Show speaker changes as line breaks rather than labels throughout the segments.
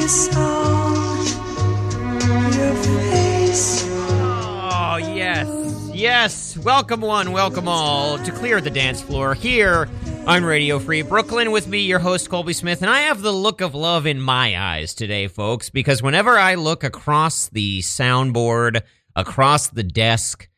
Oh, Welcome one, welcome all to Clear the Dance Floor here on Radio Free Brooklyn with me, your host, Colby Smith. And I have the look of love in my eyes today, folks, because whenever I look across the soundboard, across the desk,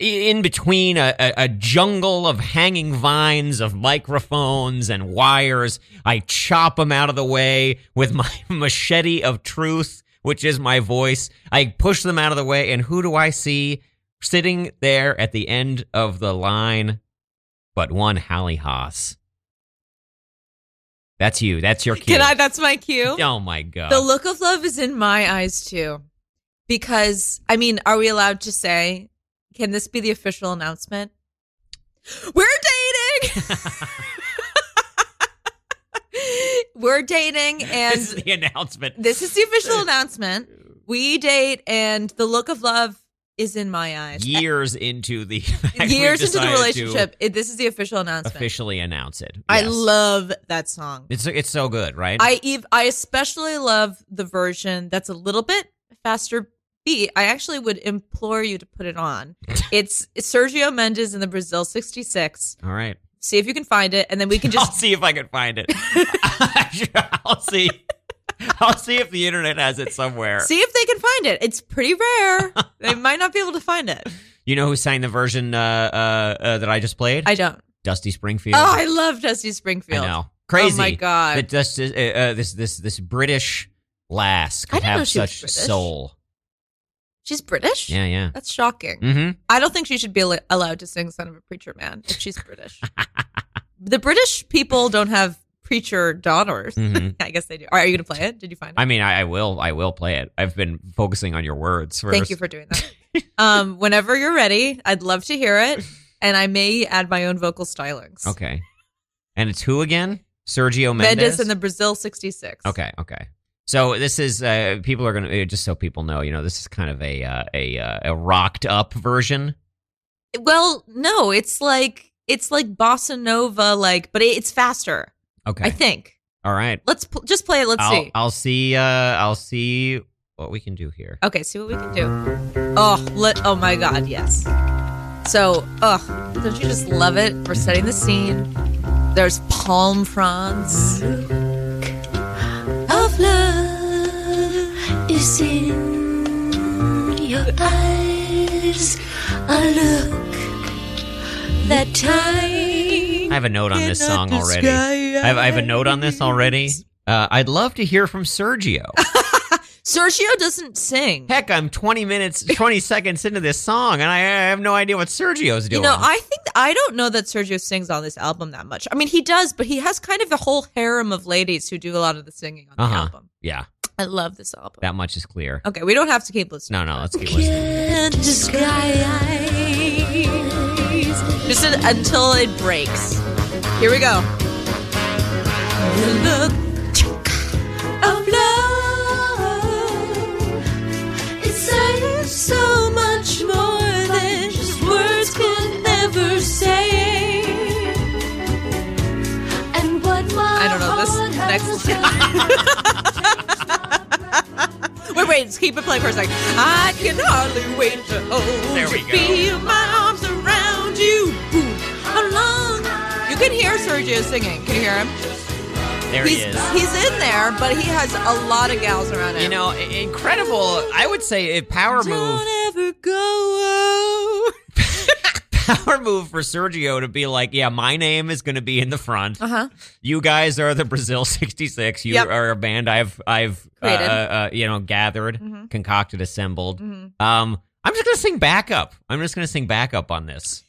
i- in between a, a, a jungle of hanging vines of microphones and wires, I chop them out of the way with my machete of truth, which is my voice. I push them out of the way, and who do I see? sitting there at the end of the line, but one Hallie Haas. That's you. That's your cue.
Can I? That's my cue.
Oh my god.
The look of love is in my eyes too, because I mean, are we allowed to say? Can this be the official announcement? We're dating. We're dating, and
this is the announcement.
this is the official announcement. We date, and the look of love is in my eyes.
years into the fact we
Years into the
decided to
relationship, it, this is the official announcement.
officially announce it.
I
Yes.
love that song.
It's it's so good, right?
I ev- I especially love the version that's a little bit faster beat. I actually would implore you to put it on. It's Sergio Mendes in the Brazil 66.
All right.
See if you can find it and then we can
I'll
just
see if I can find it. I'll see. I'll see if the internet has it somewhere.
see if they can find it. It's pretty rare. they might not be able to find it.
You know who sang the version uh, uh, uh, that I just played?
I don't.
Dusty Springfield.
Oh, I love Dusty Springfield.
I know. Crazy.
Oh my god.
That just uh, uh, this this this British lass
I
could
didn't know
have
she was
such
British.
soul.
she's British?
Yeah, yeah.
That's shocking.
Mm-hmm.
I don't think she should be al- allowed to sing Son of a Preacher Man if she's British. the British people don't have preacher daughters.
hmm
I guess they do. Are you going to play it? Did you find it?
I mean, I, I will. I will play it. I've been focusing on your words. First.
Thank you for doing that. um, whenever you're ready, I'd love to hear it, and I may add my own vocal stylings.
okay. And it's who again? Sergio Mendes.
Mendes and the Brazil '66.
Okay, okay. So this is uh, people are gonna uh, just so people know. You know, this is kind of a uh, a uh, a rocked up version.
Well, no, it's like it's like bossa nova, like, but it's faster.
Okay.
I think.
All right.
Let's pl- just play it. Let's
I'll
see.
I'll see. Uh, I'll see what we can do here.
okay, see what we can do. Oh, let. Oh my God, yes. So, ugh, don't you just love it? We're setting the scene. There's palm fronds.
of love is in your eyes. A look that time
I have a note on this song already. I
Sky
have, I have a note on this already. Uh, I'd love to hear from Sergio.
Sergio doesn't sing.
Heck, I'm 20 minutes, 20 seconds into this song, and I, I have no idea what Sergio's
you
doing.
know, I think I don't know that Sergio sings on this album that much. I mean, he does, but he has kind of the whole harem of ladies who do a lot of the singing on
Uh-huh.
the album.
yeah,
I love this album.
that much is clear.
okay, we don't have to keep listening.
No, no, let's keep listening.
can't disguise.
Just un- until it breaks. Here we go. The look
of love. It says so much more than just words could ever say. And what my
I don't know this
heart has
next-
done.
Wait, wait, just keep it playing for a second. I can hardly wait to hold
There we
you,
go.
feel my arms around you. Ooh, how long? You can hear Sergio singing. Can you hear him?
There
He's
he is.
he's in there, but he has a lot of gals around him.
You know, i- incredible. I would say a power move,
Don't ever go.
power move for Sergio to be like, yeah, my name is going to be in the front.
Uh huh.
You guys are the Brazil 66. You
Yep.
are a band I've, I've, uh,
Created.
uh, you know, gathered,
Mhm.
concocted, assembled.
hmm
Um, I'm just gonna sing backup. I'm just gonna sing backup on this.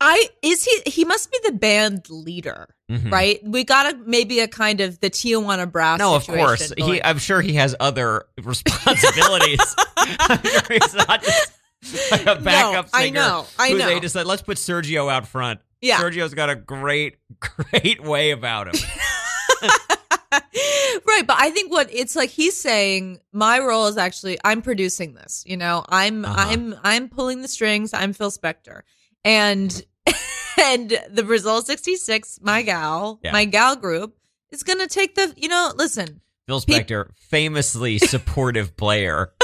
I is he? He must be the band leader,
Mhm.
right? We got a maybe a kind of the Tijuana brass.
No, of
situation
course. He,
going.
I'm sure he has other responsibilities. I'm sure he's not just like a backup
no, I
uh, singer.
know. I
who
know.
They just said, let's put Sergio out front.
yeah.
Sergio's got a great, great way about him.
right but i think what it's like he's saying my role is actually i'm producing this you know i'm
Uh-huh.
i'm i'm pulling the strings i'm phil spector and and the brazil 66 my gal
Yeah.
my gal group is gonna take the you know listen
Phil
Pe-
Spector, famously supportive player.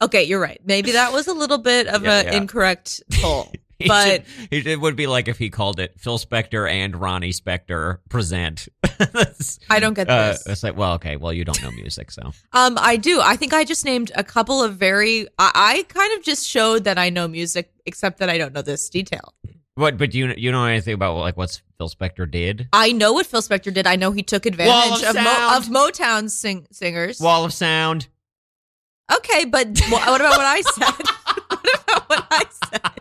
Okay, you're right. Maybe that was a little bit of
Yeah,
an
yeah.
incorrect poll.
He
But-
should- he- it would be like if he called it Phil Spector and Ronnie Spector present. That's-
I don't get
uh,
this.
it's like, well, okay, well, you don't know music, so
Um, I do. I think I just named a couple of very. I, I kind of just showed that I know music, except that I don't know this detail.
what? But do you you know anything about like what's Phil Spector did?
I know what Phil Spector did. I know he took advantage
Wall
of,
of
Mo- of
sound.
Motown sing- singers.
Wall of Sound.
okay, but wh- what about what I said? what about what I said?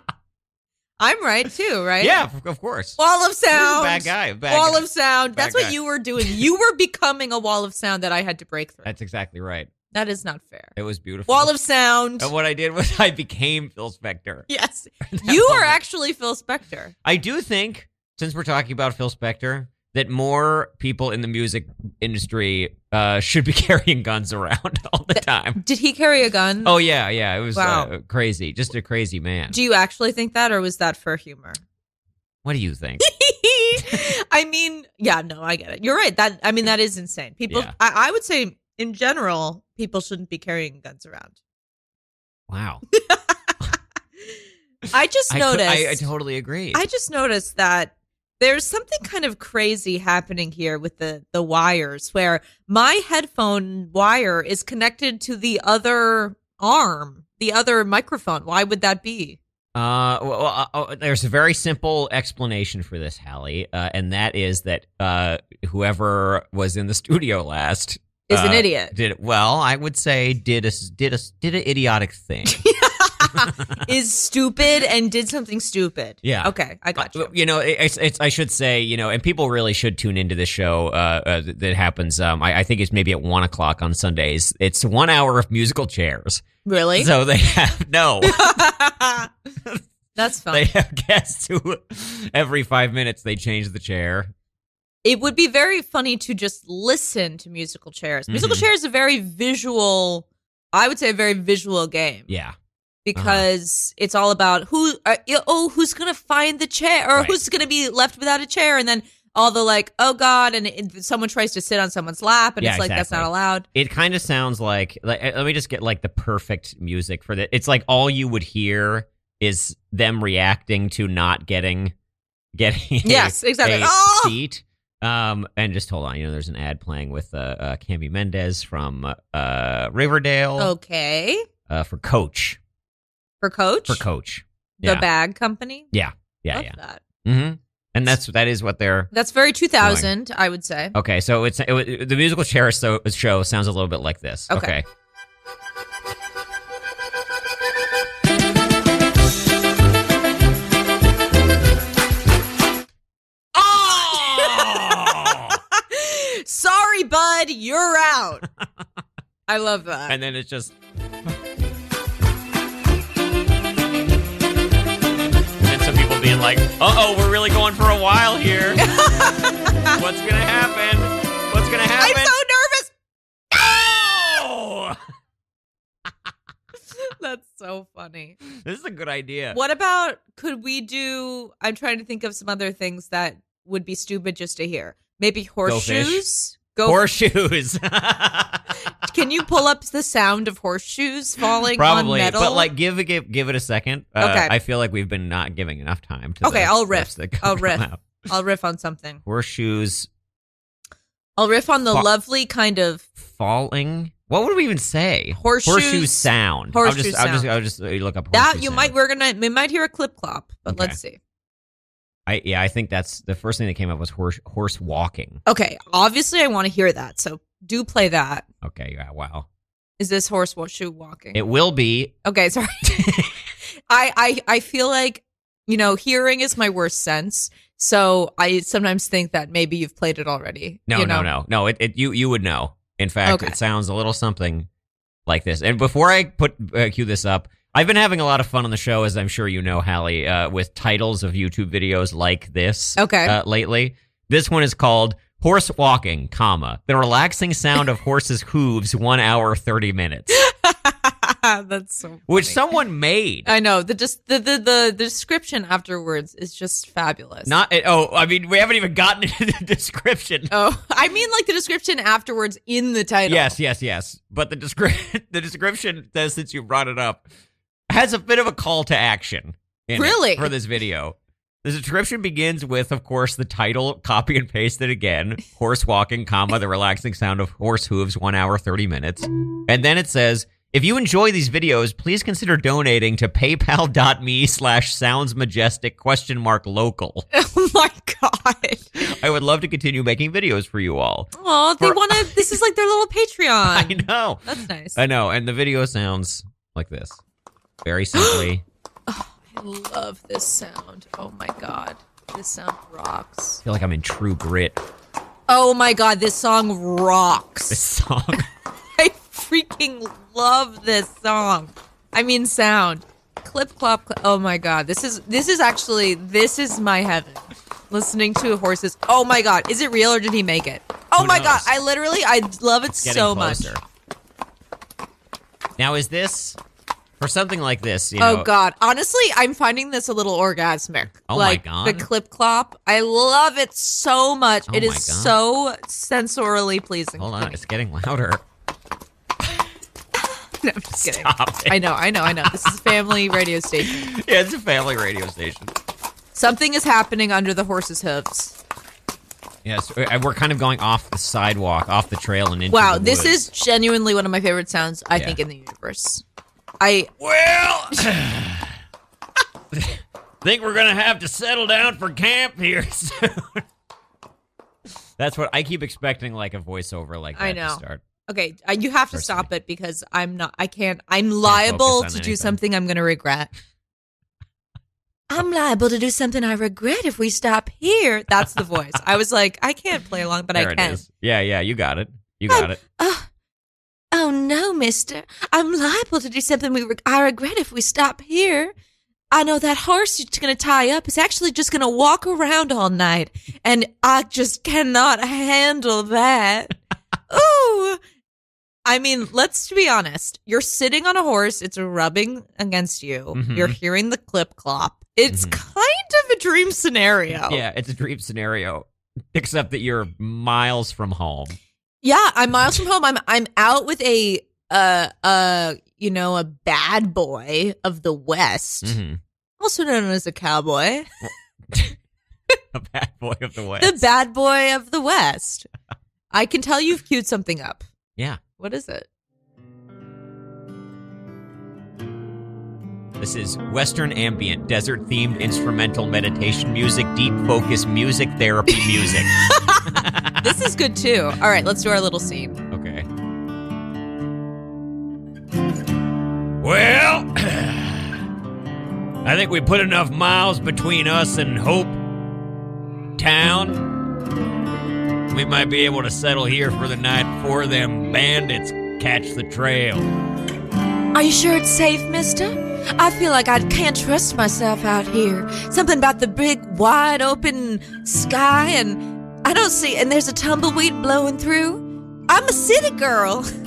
I'm right too, right?
Yeah, of- of course.
Wall of sound.
Bad guy. Bad
wall
guy.
of sound.
Bad
That's what
guy.
you were doing. You were becoming a wall of sound that I had to break through.
That's exactly right.
that is not fair.
It was beautiful.
Wall of sound.
And what I did was I became Phil Spector.
Yes. You are
moment.
actually Phil Spector.
I do think, since we're talking about Phil Spector, that more people in the music industry uh, should be carrying guns around all the time.
Did he carry a gun?
Oh yeah, yeah, it was
Wow.
uh, crazy. Just a crazy man.
Do you actually think that or was that for humor?
what do you think?
I mean, yeah, no, I get it. You're right. That I mean that is insane. People
Yeah.
I, I would say in general, people shouldn't be carrying guns around.
wow.
I just
I, co-
noticed
I, I totally agree.
I just noticed that there's something kind of crazy happening here with the the wires where my headphone wire is connected to the other arm, the other microphone. Why would that be?
Uh, well, well, uh, uh, there's a very simple explanation for this, Hallie, uh, and that is that uh, whoever was in the studio last
Is an
Uh,
idiot.
did well. I would say did a s- did a s- did an idiotic thing.
is stupid and did something stupid.
Yeah.
Okay, I got you.
You know, it- it's, it's I should say, you know, and people really should tune into this show uh, uh, th- that happens. Um, I, I think it's maybe at one o'clock on Sundays. It's one hour of musical chairs,
Really?
so they have no,
That's fun.
they have guests who every five minutes they change the chair.
it would be very funny to just listen to musical chairs. Musical
Mhm.
chairs is a very visual, I would say, a very visual game
Yeah, uh-huh.
because it's all about who, uh, oh, who's going to find the chair or
Right.
who's going to be left without a chair. And then all the like, oh God, and it, someone tries to sit on someone's lap and
Yeah,
it's like, that's
exactly.
not allowed.
it kind of sounds like, like. uh, Let me just get like the perfect music for that. It's like all you would hear is them reacting to not getting getting. a-
Yes, exactly.
a
Oh!
seat. Um, and just hold on, you know, there's an ad playing with uh, uh Cami Mendez from uh Riverdale
Oh. Okay.
uh, for Coach
For Coach?
for Coach.
The
yeah.
bag company?
Yeah,
Love
yeah.
that.
Mm-hmm. And that's that is what they're.
That's very 2000, I would say.
Okay, so it's it, wa- the musical chair so, show sounds a little bit like this.
Okay.
Okay. Oh!
Sorry, bud, you're out. I love that.
and then it's just and some people being like uh-oh we're really going for a while here what's gonna happen what's gonna
I'm
happen
so
Oh!
nervous. That's so funny.
this is a good idea
What about could we do? I'm trying to think of some other things that would be stupid just to hear. Maybe
fish.
horseshoes. Go.
horseshoes
Can you pull up the sound of horseshoes falling
probably
on metal?
but like give it give, give it a second uh,
Okay.
i feel like we've been not giving enough time to
Okay,
the
I'll
riffs riff. that
I'll
come
riff.
out.
I'll riff on something.
horseshoes
I'll riff on the
Fuck.
lovely kind of
falling. What would we even say?
Horseshoes-
Horseshoe sound.
horseshoe
I'll just, I'll just, I'll just uh, look up.
that
horseshoe
you
sound.
might we're gonna we might hear a clip clop, but
Okay.
let's see.
I, yeah, I think that's the first thing that came up was horse horse walking.
Okay, obviously I want to hear that, so do play that.
Okay, yeah, wow.
Is this horse shoe walking?
It will be.
Okay, sorry. I, I I feel like you know hearing is my worst sense, so I sometimes think that maybe you've played it already.
No,
you
no,
know?
no, no. It, it you you would know. In fact,
Okay.
it sounds a little something like this. And before I put uh, cue this up, I've been having a lot of fun on the show, as I'm sure you know, Hallie, uh, with titles of YouTube videos like this.
Okay.
uh, lately. This one is called Horse Walking, comma, the relaxing sound of horses' hooves, one hour, 30 minutes.
That's so.
Uh, which
funny.
someone made.
I know the just the, the the description afterwards is just fabulous.
Not oh, I mean we haven't even gotten into the description.
oh, I mean like the description afterwards in the title.
Yes, yes, yes. But the descri- the description says since you brought it up has a bit of a call to action. in it
Really?
for this video. The description begins with, of course, the title. Copy and paste it again. Horse walking, comma the relaxing sound of horse hooves. One hour thirty minutes, and then it says. If you enjoy these videos, please consider donating to paypal.me slash sounds majestic question mark local.
oh my god.
I would love to continue making videos for you all.
Oh, they
For-
want to. This is like their little Patreon.
I know.
That's nice.
I know, and the video sounds like this. Very simply,
I love this sound. Oh my god. This sound rocks.
I feel like I'm in True Grit.
Oh my god, this song
This
rocks.
song.
I freaking love this song. I mean sound. Clip clop cl- Oh my god. This is this is actually this is my heaven. Listening to horses. Oh my god. Is it real or did he make it? Oh
Who
my
knows?
god. I literally I love it
Getting
so
closer.
much.
Now, is this for something like this? You
Oh
know,
god. Honestly, I'm finding this a little orgasmic.
Oh, my
like
God.
the clip clop. I love it so much.
Oh,
it
my
is
God.
so sensorily pleasing.
Hold
to
on,
me.
it's getting louder.
No, I'm just kidding.
Stop it.
I know, I know, I know. This is family radio station.
Yeah, it's a family radio station.
Something is happening under the horse's hooves.
Yes, uh, we're kind of going off the sidewalk, off the trail, and into
Wow,
the
this
woods.
is genuinely one of my favorite sounds I
Yeah.
think in the universe. I
Well, think we're gonna have to settle down for camp here soon. That's what I keep expecting, like a voiceover like that
I know.
to start.
okay, I, you have to
Personally.
stop it because I'm not. I can't. I'm liable
on
to
anything.
do something I'm going to regret. I'm liable to do something I regret if we stop here. That's the voice. I was like, I can't play along, but
there
I
it
can.
is. Yeah, yeah, you got it. You got it.
Oh, oh no, mister. I'm liable to do something we re- I regret if we stop here. I know that horse you're going to tie up is actually just going to walk around all night, and I just cannot handle that. Ooh. I mean, let's be honest. You're sitting on a horse, it's rubbing against you.
Mhm.
You're hearing the clip clop. It's
Mhm.
kind of a dream scenario.
Yeah, it's a dream scenario, except that you're miles from home.
Yeah, I'm miles from home. I'm I'm out with a uh uh you know a bad boy of the West,
Mhm.
also known as a cowboy.
A bad boy of the West.
The bad boy of the West. I can tell you've queued something up.
yeah,
What is it?
this is Western ambient, desert themed instrumental meditation music, deep focus music, therapy music.
This is good too. All right, let's do our little scene.
Okay. Well, I think we put enough miles between us and Hope Town. We might be able to settle here for the night before them bandits catch the trail.
Are you sure it's safe, mister? I feel like I can't trust myself out here. Something about the big wide open sky and I don't see and there's a tumbleweed blowing through. I'm a city girl.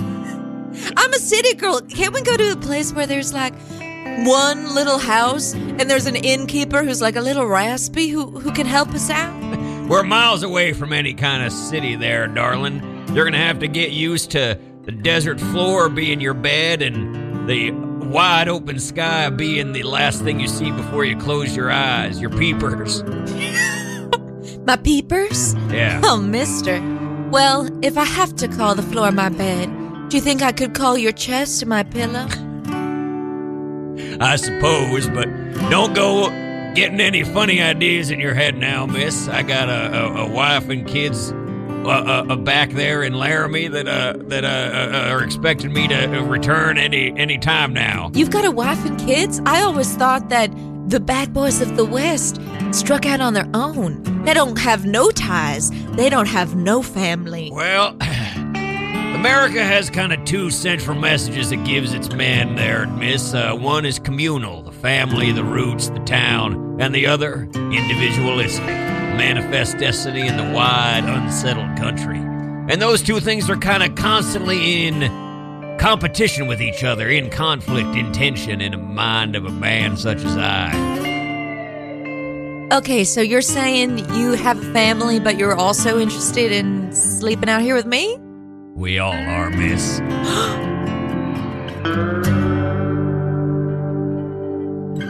I'm a city girl. Can't we go to a place where there's like one little house and there's an innkeeper who's like a little raspy who who can help us out?
We're miles away from any kind of city there, darling. You're gonna have to get used to the desert floor being your bed and the wide open sky being the last thing you see before you close your eyes, your peepers.
My peepers?
Yeah.
Oh, mister. Well, if I have to call the floor my bed, do you think I could call your chest my pillow?
I suppose, but don't go getting any funny ideas in your head now, miss. I got a, a, a wife and kids uh, uh, uh, back there in Laramie that uh, that uh, uh, uh, are expecting me to uh, return any any time now.
You've got a wife and kids? I always thought that the bad boys of the West struck out on their own. They don't have no ties, they don't have no family.
Well, America has kind of two central messages it gives its men there, miss. Uh, one is communal the family, the roots, the town, and the other, individualistic. Manifest destiny in the wide, unsettled country. And those two things are kind of constantly in competition with each other, in conflict, in tension, in the mind of a man such as I.
Okay, so you're saying you have a family, but you're also interested in sleeping out here with me?
We all are, miss.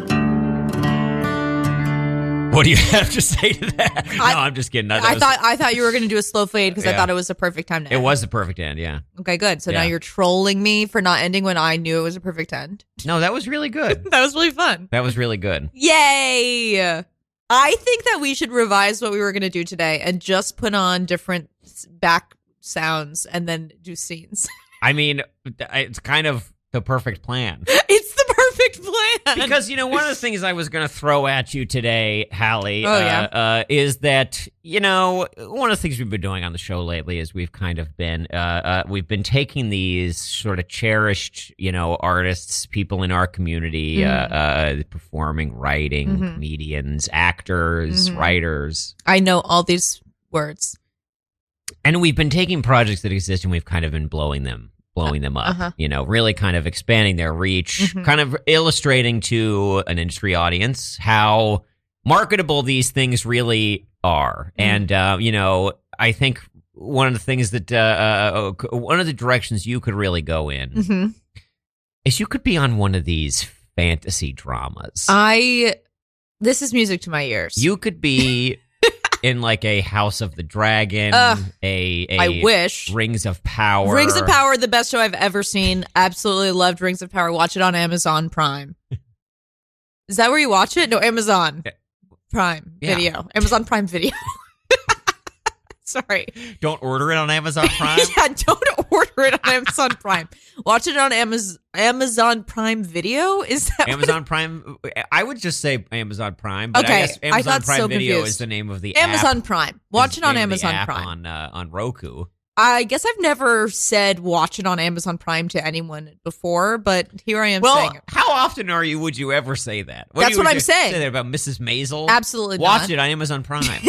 What do you have to say to that?
I-
no, I'm just kidding. No, that
I
was-
thought I thought you were going to do a slow fade because I
Yeah.
thought it was the perfect time to.
it
end.
was the perfect end. Yeah.
okay. Good. So now
Yeah.
you're trolling me for not ending when I knew it was a perfect end.
No, that was really good.
That was really fun.
That was really good.
Yay! I think that we should revise what we were going to do today and just put on different s- back sounds and then do scenes.
I mean, it's kind of the perfect plan.
it's the perfect plan.
because you know one of the things I was going to throw at you today, Hallie,
Oh,
uh,
yeah.
uh, is that you know one of the things we've been doing on the show lately is we've kind of been uh, uh, we've been taking these sort of cherished you know artists, people in our community,
Mhm.
uh, uh, performing, writing,
Mhm.
comedians, actors,
Mhm.
writers,
I know all these words.
and we've been taking projects that exist and we've kind of been blowing them blowing them up
Uh-huh.
you know really kind of expanding their reach
Mhm.
kind of illustrating to an industry audience how marketable these things really are
Mhm.
and uh, you know i think one of the things that uh, uh, uh, one of the directions you could really go in
hmm
is you could be on one of these fantasy dramas
Um, I. This is music to my ears.
you could be in like a house of the dragon
Ugh.
a, a
I wish.
rings of power
Rings of Power, the best show I've ever seen. Absolutely loved Rings of Power. Watch it on Amazon Prime. Is that where you watch it? No, Amazon Prime
Yeah.
Video. Amazon Prime Video. Sorry.
Don't order it on Amazon Prime.
yeah, don't order it on Amazon Prime. Watch it on Amaz- Amazon Prime Video. Is that
Amazon Prime. I would just say Amazon Prime, but
Okay,
I guess
I
Amazon
got
Prime
so
Video
confused.
is the name of the app.
Amazon Prime? Watch
Is
it
the
on
name of the
Amazon
app
Prime.
on uh, on Roku.
I guess I've never said watch it on Amazon Prime to anyone before, but here I am
well,
saying it.
how often are you? Would you ever say that? do
That's
you-
what
would
I'm
you
saying.
Say that about Mrs. Maisel.
Absolutely
Watch
not.
it on Amazon Prime.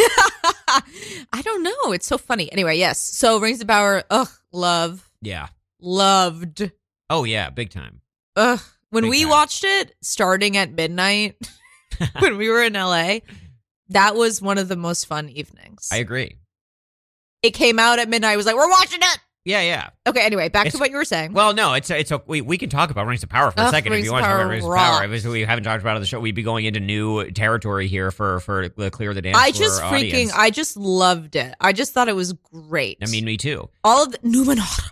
I don't know. It's so funny. Anyway, yes. So Rings of Power, ugh, love,
yeah.
loved.
Oh yeah, big time.
Ugh. When
Big
we
time.
watched it starting at midnight when we were in LA, that was one of the most fun evenings.
I agree.
it came out at midnight. I was like, we're watching it.
Yeah, yeah.
Okay, anyway, back to
It's-
what you were saying.
Well, no, it's it's a, we we can talk about Rings of Power for a
Ugh,
second if
Rings
you
of
want to talk
Power
about Rings of
rocks.
Power. Obviously, we haven't talked about it on the show. We'd be going into new territory here for for the clear the dance.
I just
Floor
freaking,
audience.
I just loved it. I just thought it was great.
I mean, me too.
all of the Numenor.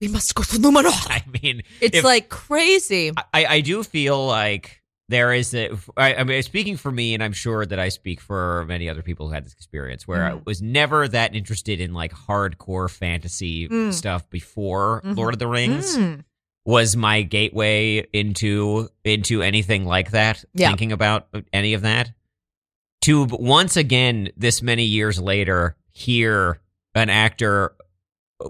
we must go to Numenor.
I mean,
It's
If-
like crazy.
I, I do feel like there is a. I, I mean, speaking for me, and I'm sure that I speak for many other people who had this experience, where I
Mhm.
was never that interested in like hardcore fantasy
Mm.
stuff before
Mhm.
Lord of the Rings
Mm.
was my gateway into into anything like that.
Yeah.
Thinking about any of that, to once again, this many years later, hear an actor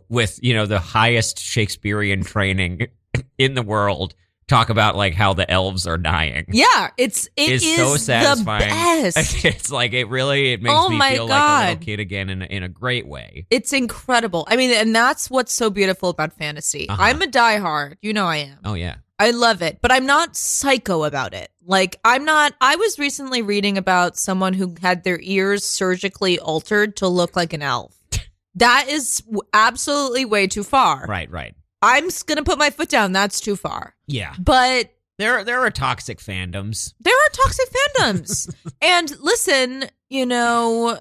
with you know the highest Shakespearean training in the world talk about like how the elves are dying.
Yeah, it's it
It's
is,
so satisfying.
the best.
It's like it really it makes
Oh
me
my
feel like a
God.
little kid again in a, in a great way.
It's incredible. I mean, and that's what's so beautiful about fantasy.
Uh-huh.
I'm a diehard. You know I am.
Oh yeah.
I love it, but I'm not psycho about it. Like, I'm not. I was recently reading about someone who had their ears surgically altered to look like an elf. That is w- absolutely way too far.
Right, right.
I'm just going to put my foot down. That's too far.
Yeah.
But
There there are toxic fandoms.
there are toxic fandoms and listen you know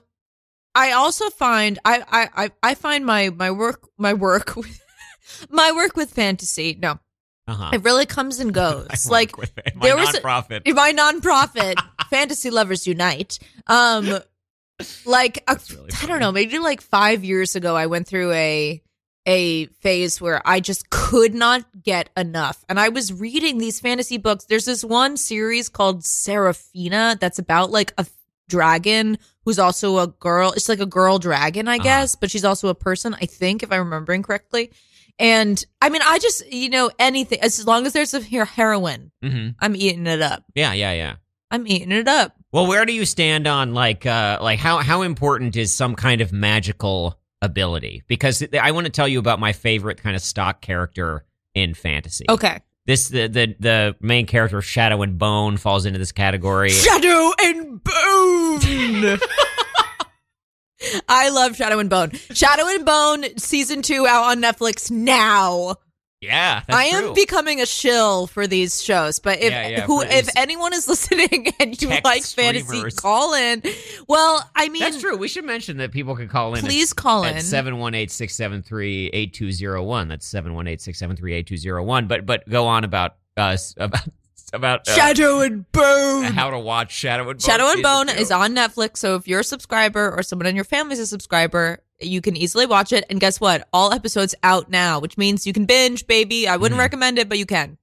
i also find i i i, I find my my work my work with my work with fantasy no
Uh-huh.
it really comes and goes
I work
like
with it. my
there was a-
nonprofit.
in my nonprofit fantasy lovers unite um like a,
That's really
i
funny.
don't know maybe like five years ago i went through a a phase where i just could not get enough and i was reading these fantasy books there's this one series called seraphina that's about like a dragon who's also a girl it's like a girl dragon i
Uh-huh.
guess but she's also a person i think if i'm remembering correctly and i mean i just you know anything as long as there's a her- heroine
hmm
i'm eating it up
Yeah, yeah, yeah.
i'm eating it up
Well, where do you stand on like uh like how how important is some kind of magical ability because I want to tell you about my favorite kind of stock character in fantasy.
Okay.
This the the, the main character of Shadow and Bone falls into this category.
Shadow and Bone. I love Shadow and Bone. Shadow and Bone season two out on Netflix now.
yeah, that's
I am
true.
becoming a shill for these shows, but if
Yeah, yeah,
who
for
if
these
anyone is listening and you
tech
like fantasy,
streamers.
call in. Well, I mean,
that's true. We should mention that people can call in.
please call in.
At 718-673-8201. That's 718-673-8201. But but go on about us about about uh,
Shadow and Bone.
how to watch Shadow and Bone.
Shadow and
season
Bone
two.
is on Netflix, so if you're a subscriber or someone in your family's a subscriber, you can easily watch it. And guess what? All episodes out now, which means you can binge, baby. I wouldn't
Mhm.
recommend it, but you can.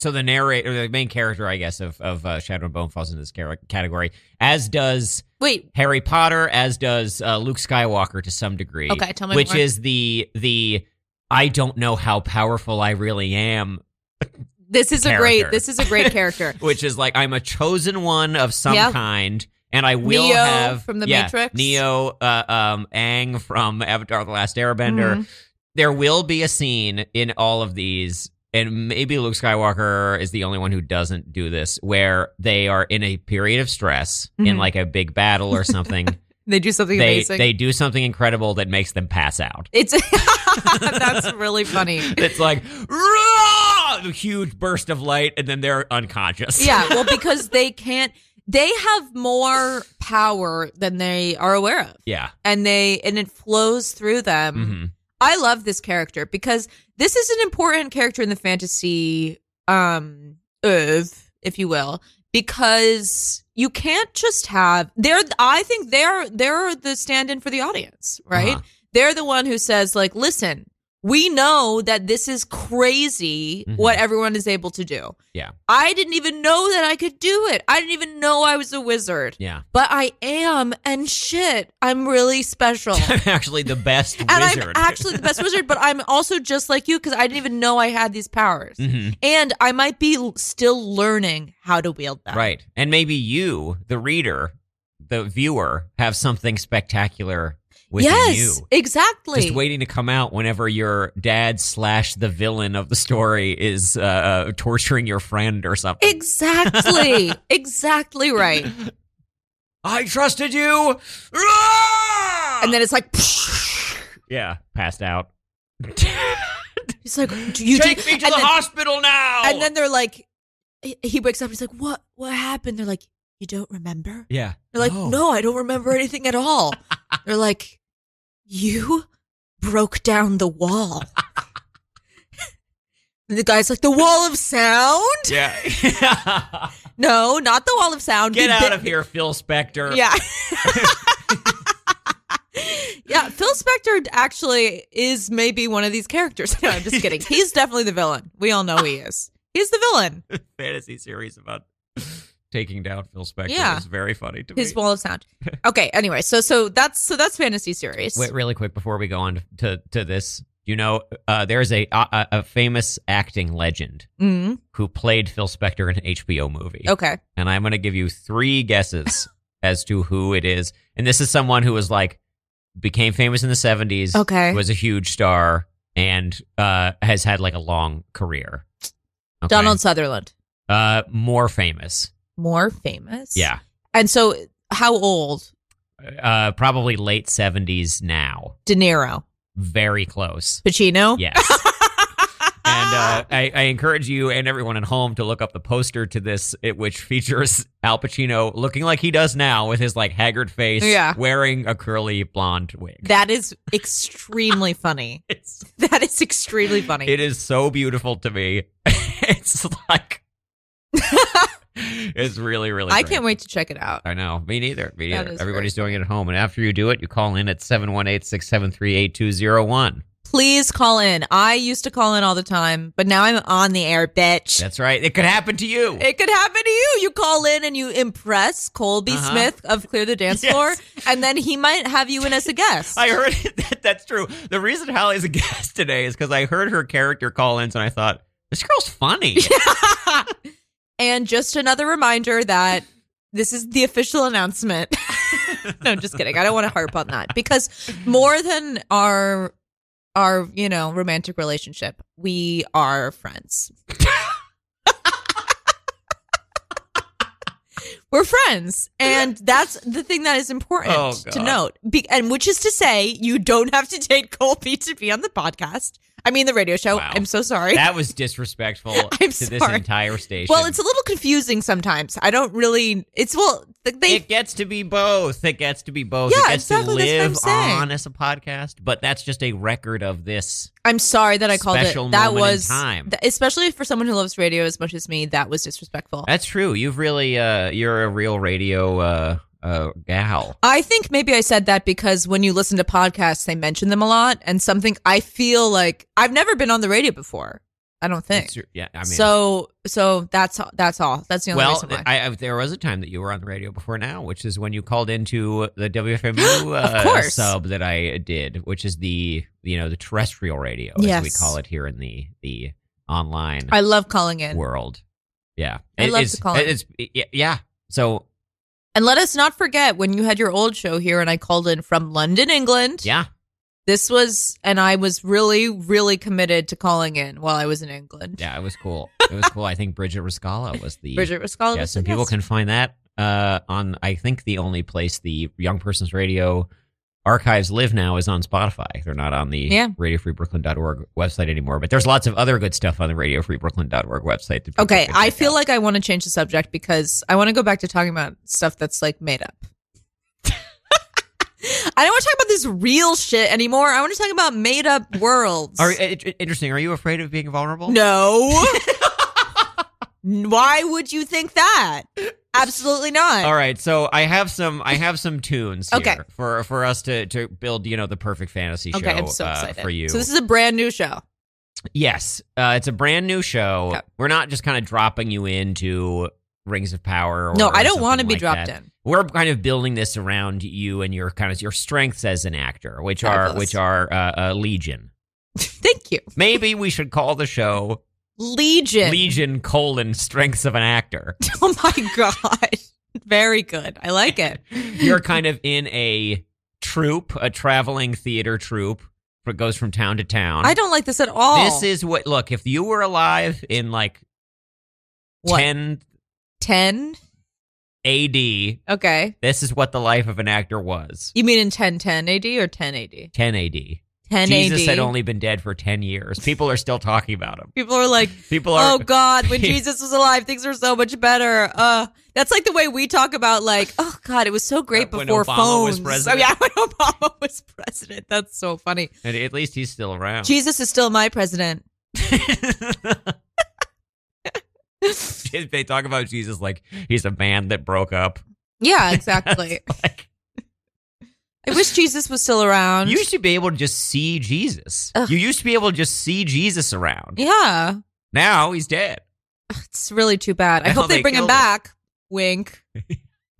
so the narrator, the main character, I guess, of of uh, Shadow and Bone falls into this car- category, as does
Wait,
Harry Potter, as does uh, Luke Skywalker to some degree.
Okay, tell me
which
more.
is the the I don't know how powerful I really am,
this is a
Character.
great this is a great character.
which is like I'm a chosen one of some
Yeah.
kind, and I will
Neo
have
from The
yeah,
Matrix.
Neo, uh, um, Aang from Avatar: The Last Airbender.
Mhm.
There will be a scene in all of these. And maybe Luke Skywalker is the only one who doesn't do this, where they are in a period of stress, in
Mhm.
like a big battle or something,
They do something
they
amazing.
they do something incredible that makes them pass out.
it's that's really funny.
It's like "Rah!" a huge burst of light, and then they're unconscious.
Yeah, well, because they can't. They have more power than they are aware of,
yeah.
and they and it flows through them.
hmm
I love this character because this is an important character in the fantasy um of, if you will, because you can't just have they're I think they're they're the stand-in for the audience, right?
Uh-huh.
They're the one who says like, "Listen, we know that this is crazy
Mhm.
what everyone is able to do."
Yeah.
I didn't even know that I could do it. I didn't even know I was a wizard,
Yeah.
but I am and shit, I'm really special.
I'm actually the best
And I'm
wizard.
actually the best wizard, but I'm also just like you because I didn't even know I had these powers.
Mhm.
And I might be l- still learning how to wield them.
Right. And maybe you, the reader, the viewer, have something spectacular within
yes,
you.
exactly.
Just waiting to come out whenever your dad slash the villain of the story is uh, uh, torturing your friend or something.
Exactly. exactly right.
I trusted you. Rah!
And then it's like,
yeah, passed out.
he's like, "Do you
Take
do-"
me to
and
the
then,
hospital now.
And then they're like, he- he wakes up. He's like, what? What happened? They're like, you don't remember?
yeah,
They're like,
Oh.
no, I don't remember anything at all. They're like, you broke down the wall. and the guy's like, the wall of sound?
yeah.
No, not the wall of sound.
Get
He
out
bit-
of here, Phil Spector.
Yeah. yeah, Phil Spector actually is maybe one of these characters. No, I'm just kidding. He's definitely the villain. We all know he is. He's the villain.
fantasy series about taking down Phil Spector
Yeah.
is very funny to
His
me.
wall of sound. Okay, anyway, so so that's so that's fantasy series.
Wait, really quick before we go on to to this, you know, uh, there's a, a a famous acting legend
hmm
who played Phil Spector in an HBO movie,
Okay.
and I'm going to give you three guesses as to who it is. And this is someone who was like became famous in the 70s,
Okay.
was a huge star, and uh, has had like a long career. Okay?
Donald Sutherland.
uh, more famous,
More famous.
yeah.
And so how old?
uh, probably late seventies now.
De Niro.
Very close.
Pacino?
Yes. And uh, I, I encourage you and everyone at home to look up the poster to this, it, which features Al Pacino looking like he does now with his like haggard face,
Yeah.
wearing a curly blonde wig.
that is extremely funny.
It's,
That is extremely funny.
it is so beautiful to me. it's like, it's really, really.
I
great.
can't wait to check it out.
I know. Me neither. Me
That
neither.
is
Everybody's doing it at home. And after you do it, you call in at 718 673 8201.
Please call in. I used to call in all the time, but now I'm on the air, bitch.
That's right. It could happen to you.
it could happen to you. You call in and you impress Colby
Uh-huh.
Smith of Clear the Dance
Yes.
Floor, and then he might have you in as a guest.
I heard it, that that's true. The reason Holly's a guest today is because I heard her character call ins and I thought, this girl's funny.
and just another reminder that this is the official announcement no, just kidding. I don't want to harp on that because more than our our you know romantic relationship, we are friends. We're friends, and that's the thing that is important
Oh,
to
God.
note. Be- and which is to say, you don't have to date Colby to be on the podcast. I mean, the radio show.
Wow.
I'm so sorry.
That was disrespectful
I'm
to this
sorry.
entire station.
well, it's a little confusing sometimes. I don't really. It's well, th- they
it gets to be both. It gets to be both.
Yeah,
it gets
exactly,
to
that's what I'm
live
saying.
on as a podcast, but that's just a record of this.
I'm sorry that I called
Special
it. That
moment in
was
time.
th- especially for someone who loves radio as much as me. That was disrespectful.
That's true. You've really uh you're a real radio uh uh gal.
I think maybe I said that because when you listen to podcasts, they mention them a lot, and something I feel like I've never been on the radio before. I don't think
It's- yeah, I mean
so. So that's all- that's all. That's the only
well,
reason why.
I, I, there was a time that you were on the radio before now, which is when you called into the WFMU
Of
uh,
course.
sub that I did, which is the you know the terrestrial radio as we
Yes.
call it here in the the online
I, love calling in,
world. Yeah,
I love
it's,
to call it.
it's, yeah, yeah. So
and let us not forget when you had your old show here, and I called in from London, England.
yeah,
This was, and I was really, really committed to calling in while I was in England.
yeah, it was cool. it was cool. I think Bridget Rascala was the
Bridget Rascal.
Yeah,
was
some
the
people
guest.
can find that uh, on I think the only place the Young Persons Radio archives live now is on Spotify. They're not on the
Yeah.
radiofreebrooklyn.org website anymore, but there's lots of other good stuff on the radiofreebrooklyn.org website. that people
Okay,
can
I
check
feel
out.
like I want to change the subject because I want to go back to talking about stuff that's like made up. I don't want to talk about this real shit anymore. I want to talk about made up worlds.
Are, i- i- interesting. Are you afraid of being vulnerable?
no. Why would you think that? Absolutely not.
All right, so I have some I have some tunes here
Okay.
for for us to to build, you know, the perfect fantasy show
okay, I'm so
uh,
excited
for you.
So this is a brand new show.
Yes, uh, it's a brand new show.
Okay.
We're not just kind of dropping you into Rings of Power. Or
no, I don't want to
something
be
like
dropped
that.
in.
We're kind of building this around you and your kind of your strengths as an actor, which are
Fabulous.
which are uh, uh, legion.
Thank you,
Maybe we should call the show
Legion.
Legion colon strengths of an actor.
Oh my god, very good. I like it.
You're kind of in a troupe, a traveling theater troupe that goes from town to town.
I don't like this at all.
This is what look if you were alive in like
What?
ten
ten.
A.D.
Okay.
This is what the life of an actor was.
You mean in 1010 AD or 10 AD?
10 AD.
10
Jesus
AD.
had only been dead for 10 years. People are still talking about him.
People are like,
People are.
oh God, when Jesus was alive, things were so much better. Uh, that's like the way we talk about like, oh God, it was so great
When
before
Obama was
phones.
president.
Oh yeah, when Obama was president. That's so funny.
And at least he's still around.
Jesus is still my president.
they talk about Jesus like he's a man that broke up.
Yeah, exactly.
Like,
I wish Jesus was still around.
you used to be able to just see Jesus.
Ugh.
You used to be able to just see Jesus around.
yeah,
Now he's dead.
it's really too bad. I
Now
hope they,
they
bring him
killed him.
back. Wink.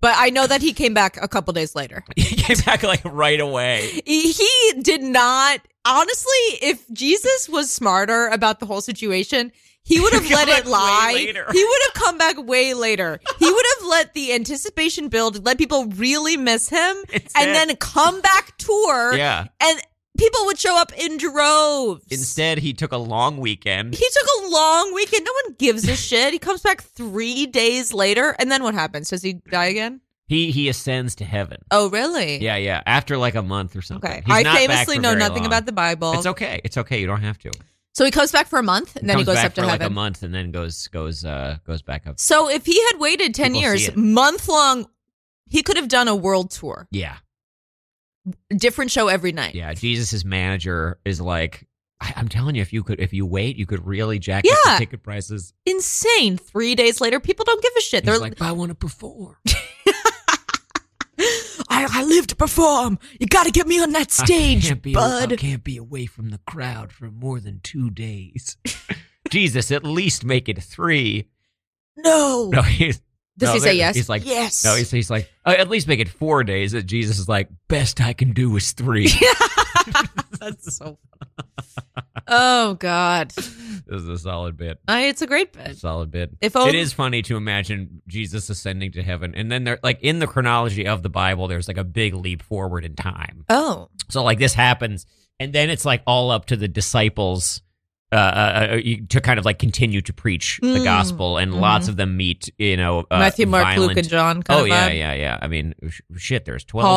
But I know that he came back a couple days later.
He came back like right away.
he he did not honestly if jesus was smarter about the whole situation he would have
Come
let
back
it
way
lie
later.
he would have come back way later he would have let the anticipation build let people really miss him
Instead-
and then come back tour
Yeah.
and people would show up in droves
Instead, he took a long weekend.
he took a long weekend no one gives a shit he comes back three days later and then what happens does he die again
He he ascends to heaven.
oh really
Yeah, yeah. After like a month or something.
okay
He's
i
not back
famously
for
know
very
nothing
long.
about the bible
It's okay. It's okay. You don't have to.
So he comes back for a month and then he
comes
goes
back
up to
for like a
heaven.
month and then goes goes uh goes back up.
so if he had waited 10
People see
years,
it.
month long, he could have done a world tour,
Yeah,
different show every night.
yeah. Jesus's manager is like, I- I'm telling you, if you could, if you wait, you could really jack up
Yeah.
the ticket prices.
Insane. Three days later, people don't give a shit.
He's
They're
like, "But I want to perform.
I, I live to perform. You got to get me on that
I
stage,
can't be,
bud.
I can't be away from the crowd for more than two days. Jesus, at least make it three.
no.
No, he's
Does
no,
he
there-
say yes?
he's like,
yes.
no, he's, he's like, "Uh, at least make it four days. And Jesus is like, best I can do is three.
That's so funny. Oh, God.
this is a solid bit.
I, it's a great bit.
Solid bit.
If only,
it is funny to imagine Jesus ascending to heaven, and then there, like in the chronology of the Bible, there's like a big leap forward in time.
Oh,
So like this happens, and then it's like all up to the disciples uh, uh, uh, you- to kind of like continue to preach the
Mm. Mm-hmm.
gospel, and lots of them meet. You know, uh,
Matthew, Mark, Luke,
violent-
and John. Kind
Oh
of
yeah,
vibe.
yeah, yeah. I mean, sh- shit. There's twelve. of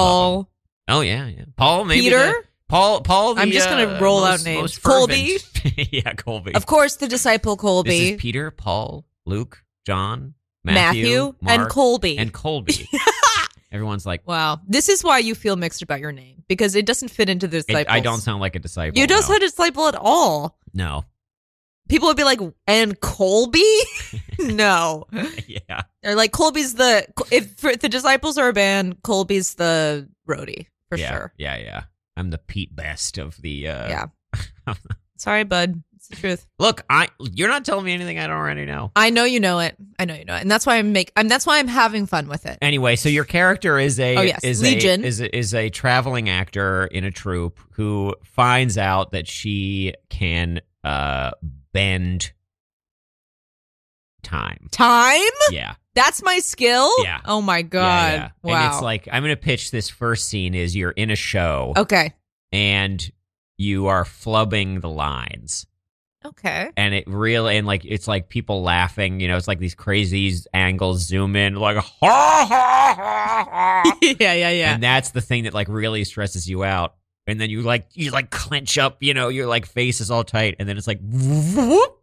them.
Paul,
Oh yeah, yeah. Paul, maybe
Peter.
the- Paul, Paul. The,
I'm just gonna
uh,
roll out
most-
names.
most fervent- yeah, Colby.
Of course, the disciple
This
Colby,
is Peter, Paul, Luke, John,
Matthew,
Matthew,
and
Mark,
Colby.
and Colby. Everyone's like,
wow, this is why you feel mixed about your name because it doesn't fit into the
"It-
disciple.
I don't sound like a disciple.
You don't
no.
sound disciple at all.
no.
People would be like, and Colby? no,
yeah.
they're like Colby's the if, for, if the disciples are a band, Colby's the roadie for
yeah,
sure.
Yeah, yeah. I'm the Pete Best of the. Uh,
Yeah. Sorry, bud. It's the truth.
Look, I you're not telling me anything I don't already know.
I know you know it. I know you know it, and that's why I'm make. I'm, that's why I'm having fun with it.
Anyway, so your character is a
Oh, yes.
is
Legion.
a is a, is a traveling actor in a troupe who finds out that she can uh bend time.
Time.
Yeah.
That's my skill.
Yeah.
Oh my
Yeah,
god.
yeah.
Wow.
And it's like I'm going to pitch this first scene is you're in a show
okay.
and you are flubbing the lines.
Okay.
and it really and like it's like people laughing you know it's like these crazy angles zoom in like ha ha ha ha
yeah, yeah, yeah.
and that's the thing that like really stresses you out and then you like you like clench up you know your like face is all tight and then it's like whoop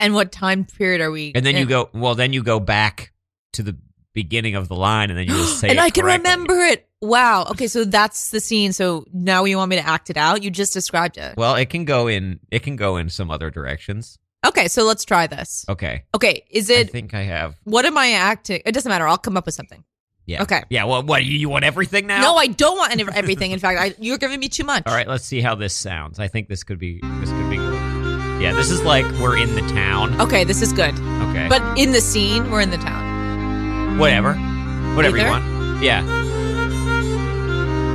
and what time period are we?
and then you
in?
go well then you go back to the beginning of the line and then you just say
and
it
I can
correctly.
remember it. Wow. Okay, so that's the scene. So now you want me to act it out? You just described it.
well it can go in it can go in some other directions
Okay, so let's try this.
okay
Okay, is
i
it?
think i have
what am I acting? It doesn't matter. I'll come up with something.
yeah
Okay.
yeah well what you, you want everything now
No, I don't want any, everything. In fact, I, you're giving me too much.
All right, let's see how this sounds. I think this could be this could be Yeah, this is like we're in the town.
Okay, this is good.
Okay.
But in the scene, we're in the town.
whatever. Whatever you
Either?
want. Yeah.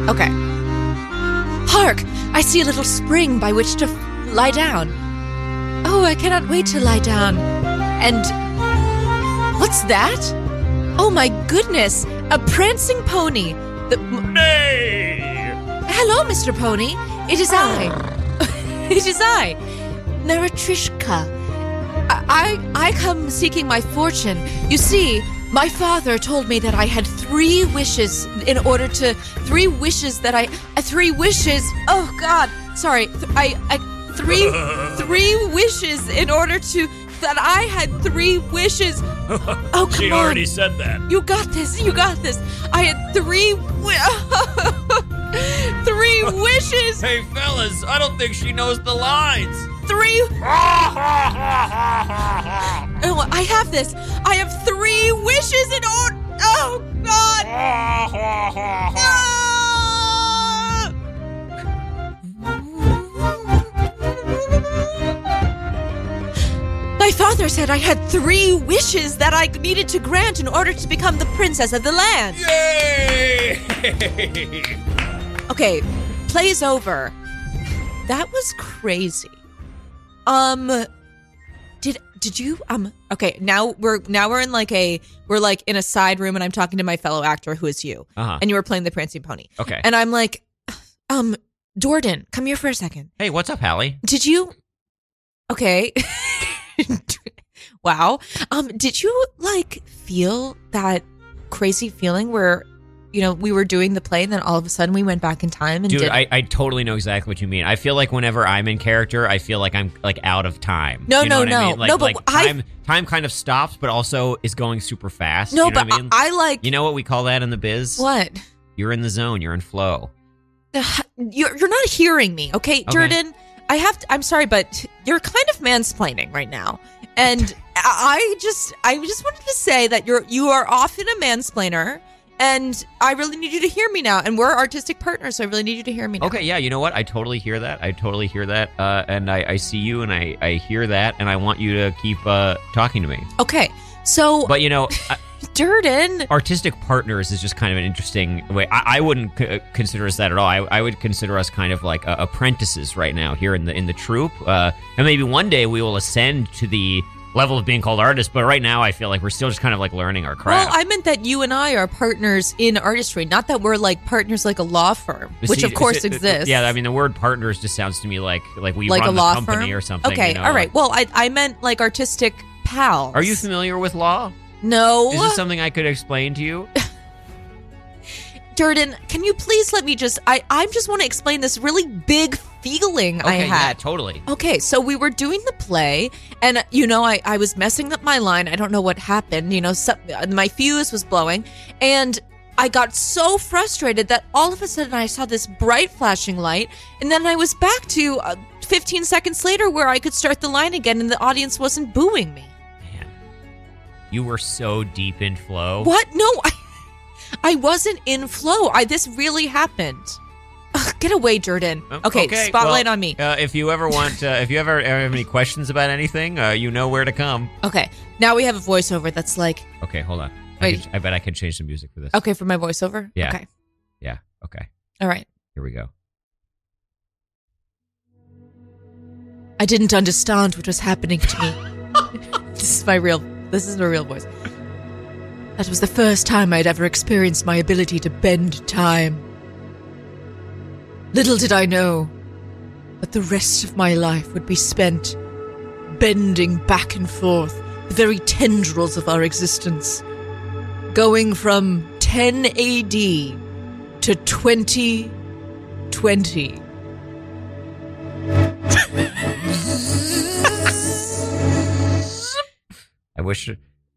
Okay. Hark! I see a little spring by which to f- lie down. Oh, I cannot wait to lie down. And what's that? Oh my goodness! A prancing pony. The, m-
Nay.
hello, Mr. Pony. It is I. it is I, Meretrishka. I, I I come seeking my fortune. You see, my father told me that I had three wishes in order to three wishes that I uh, three wishes. Oh God, sorry. Th- I I three three wishes in order to that I had three wishes. Oh come on.
said that.
You got this. You got this. I had three wi- three wishes.
Hey fellas, I don't think she knows the lines.
Three. Oh, I have this. I have three wishes in order. Oh God. Ah! My father said I had three wishes that I needed to grant in order to become the princess of the land.
Yay!
Okay, play's over. That was crazy. Um did did you um okay, now we're now we're in like a we're like in a side room and I'm talking to my fellow actor who is you.
uh-huh.
And you were playing the prancing pony.
Okay.
And I'm like, um, Jordan, come here for a second.
Hey, what's up, Hallie?
Did you Okay. wow. Um, did you like feel that crazy feeling where you know, we were doing the play and then all of a sudden we went back in time and
Dude,
did
I, I totally know exactly what you mean. I feel like whenever I'm in character, I feel like I'm like out of time.
No,
you know
no,
what I
no.
mean? Like,
No, but
like
I-
time time kind of stops, but also is going super fast.
No,
you know
but
what I mean?
I, I like
you know what we call that in the biz?
what?
You're in the zone. You're in flow.
You're you're not hearing me, okay,
Okay.
Jordan? I have to, I'm sorry, but you're kind of mansplaining right now. And I I just I just wanted to say that you're you are often a mansplainer and I really need you to hear me now. And we're artistic partners, so I really need you to hear me now.
Okay, yeah. You know what? I totally hear that. I totally hear that. Uh, and I, I see you, and I, I hear that, and I want you to keep uh, talking to me.
Okay. So
But you know, I,
Durden.
artistic partners is just kind of an interesting way. I, I wouldn't c- uh, consider us that at all. I, I would consider us kind of like uh, apprentices right now here in the in the troupe, uh, and maybe one day we will ascend to the level of being called artists. But right now, I feel like we're still just kind of like learning our
Well,
craft.
I meant that you and I are partners in artistry, not that we're like partners like a law firm, which
See,
of course
it- it-
exists.
Yeah, I mean the word partners just sounds to me like like we
like
run
a law
the company
firm
or something.
Okay,
you know,
all right.
like-
Well, I I meant like artistic pals.
are you familiar with law?
no,
Is this something I could explain to you?
Durden? Can you please let me just? I I just want to explain this really big feeling I
Okay, yeah,
had.
totally.
Okay, so we were doing the play, and you know, I, I was messing up my line. I don't know what happened. You know, some, uh, my fuse was blowing, and I got so frustrated that all of a sudden I saw this bright flashing light, and then I was back to uh, 15 seconds later where I could start the line again, and the audience wasn't booing me.
Man, you were so deep in flow.
What? No, I, I wasn't in flow. I this really happened. Ugh, get away, Jordan.
Um,
Okay, spotlight
well,
on me.
Uh, if you ever want, uh, if you ever have any questions about anything, uh, you know where to come.
Okay, now we have a voiceover that's like,
Okay, hold on. I,
Wait.
can, I bet I can change the music for this.
okay, for my voiceover.
Yeah.
Okay.
Yeah. Okay.
All right.
Here we go.
I didn't understand what was happening to me. this is my real. This is my real voice. That was the first time I'd ever experienced my ability to bend time. Little did I know that the rest of my life would be spent bending back and forth the very tendrils of our existence, going from 10 AD to 2020.
I wish,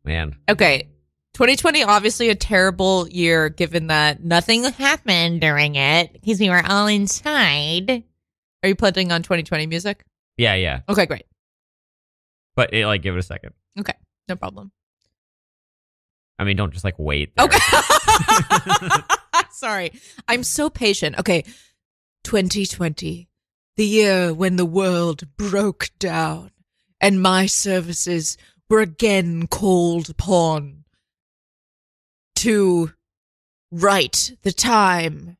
man.
Okay. 2020, obviously a terrible year given that nothing happened during it because we were all inside. Are you putting on 2020 music?
Yeah, yeah.
Okay, great.
But it, like, give it a second.
No problem.
I mean, don't just like wait. there.
Okay. Sorry. I'm so patient. Okay. 2020, the year when the world broke down and my services were again called upon to right the time.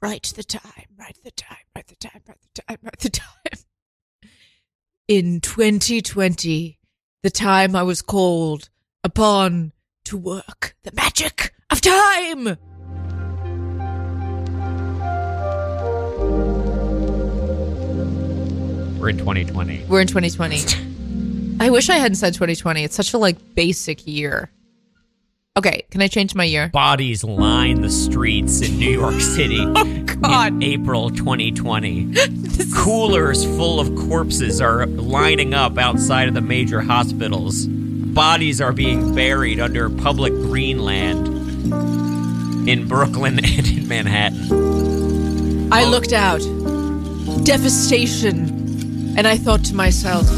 Right the time, right the time, right the time, right the time, right the time. In 2020, the time I was called upon to work the magic of time.
We're in 2020.
We're in 2020. I wish I hadn't said 2020. It's such a like basic year. Okay, can I change my year?
Bodies line the streets in New York City in
God.
April 2020. Coolers full of corpses are lining up outside of the major hospitals. Bodies are being buried under public greenland in Brooklyn and in Manhattan.
I looked out, devastation, and I thought to myself,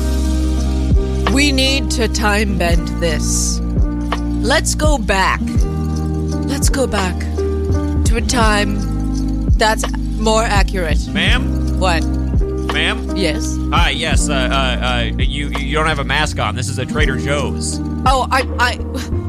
we need to time bend this. Let's go back. Let's go back to a time that's more accurate.
Ma'am,
What?
ma'am.
Yes.
Hi. Yes. Uh, uh, uh, you you don't have a mask on. This is a Trader Joe's.
Oh, I, I,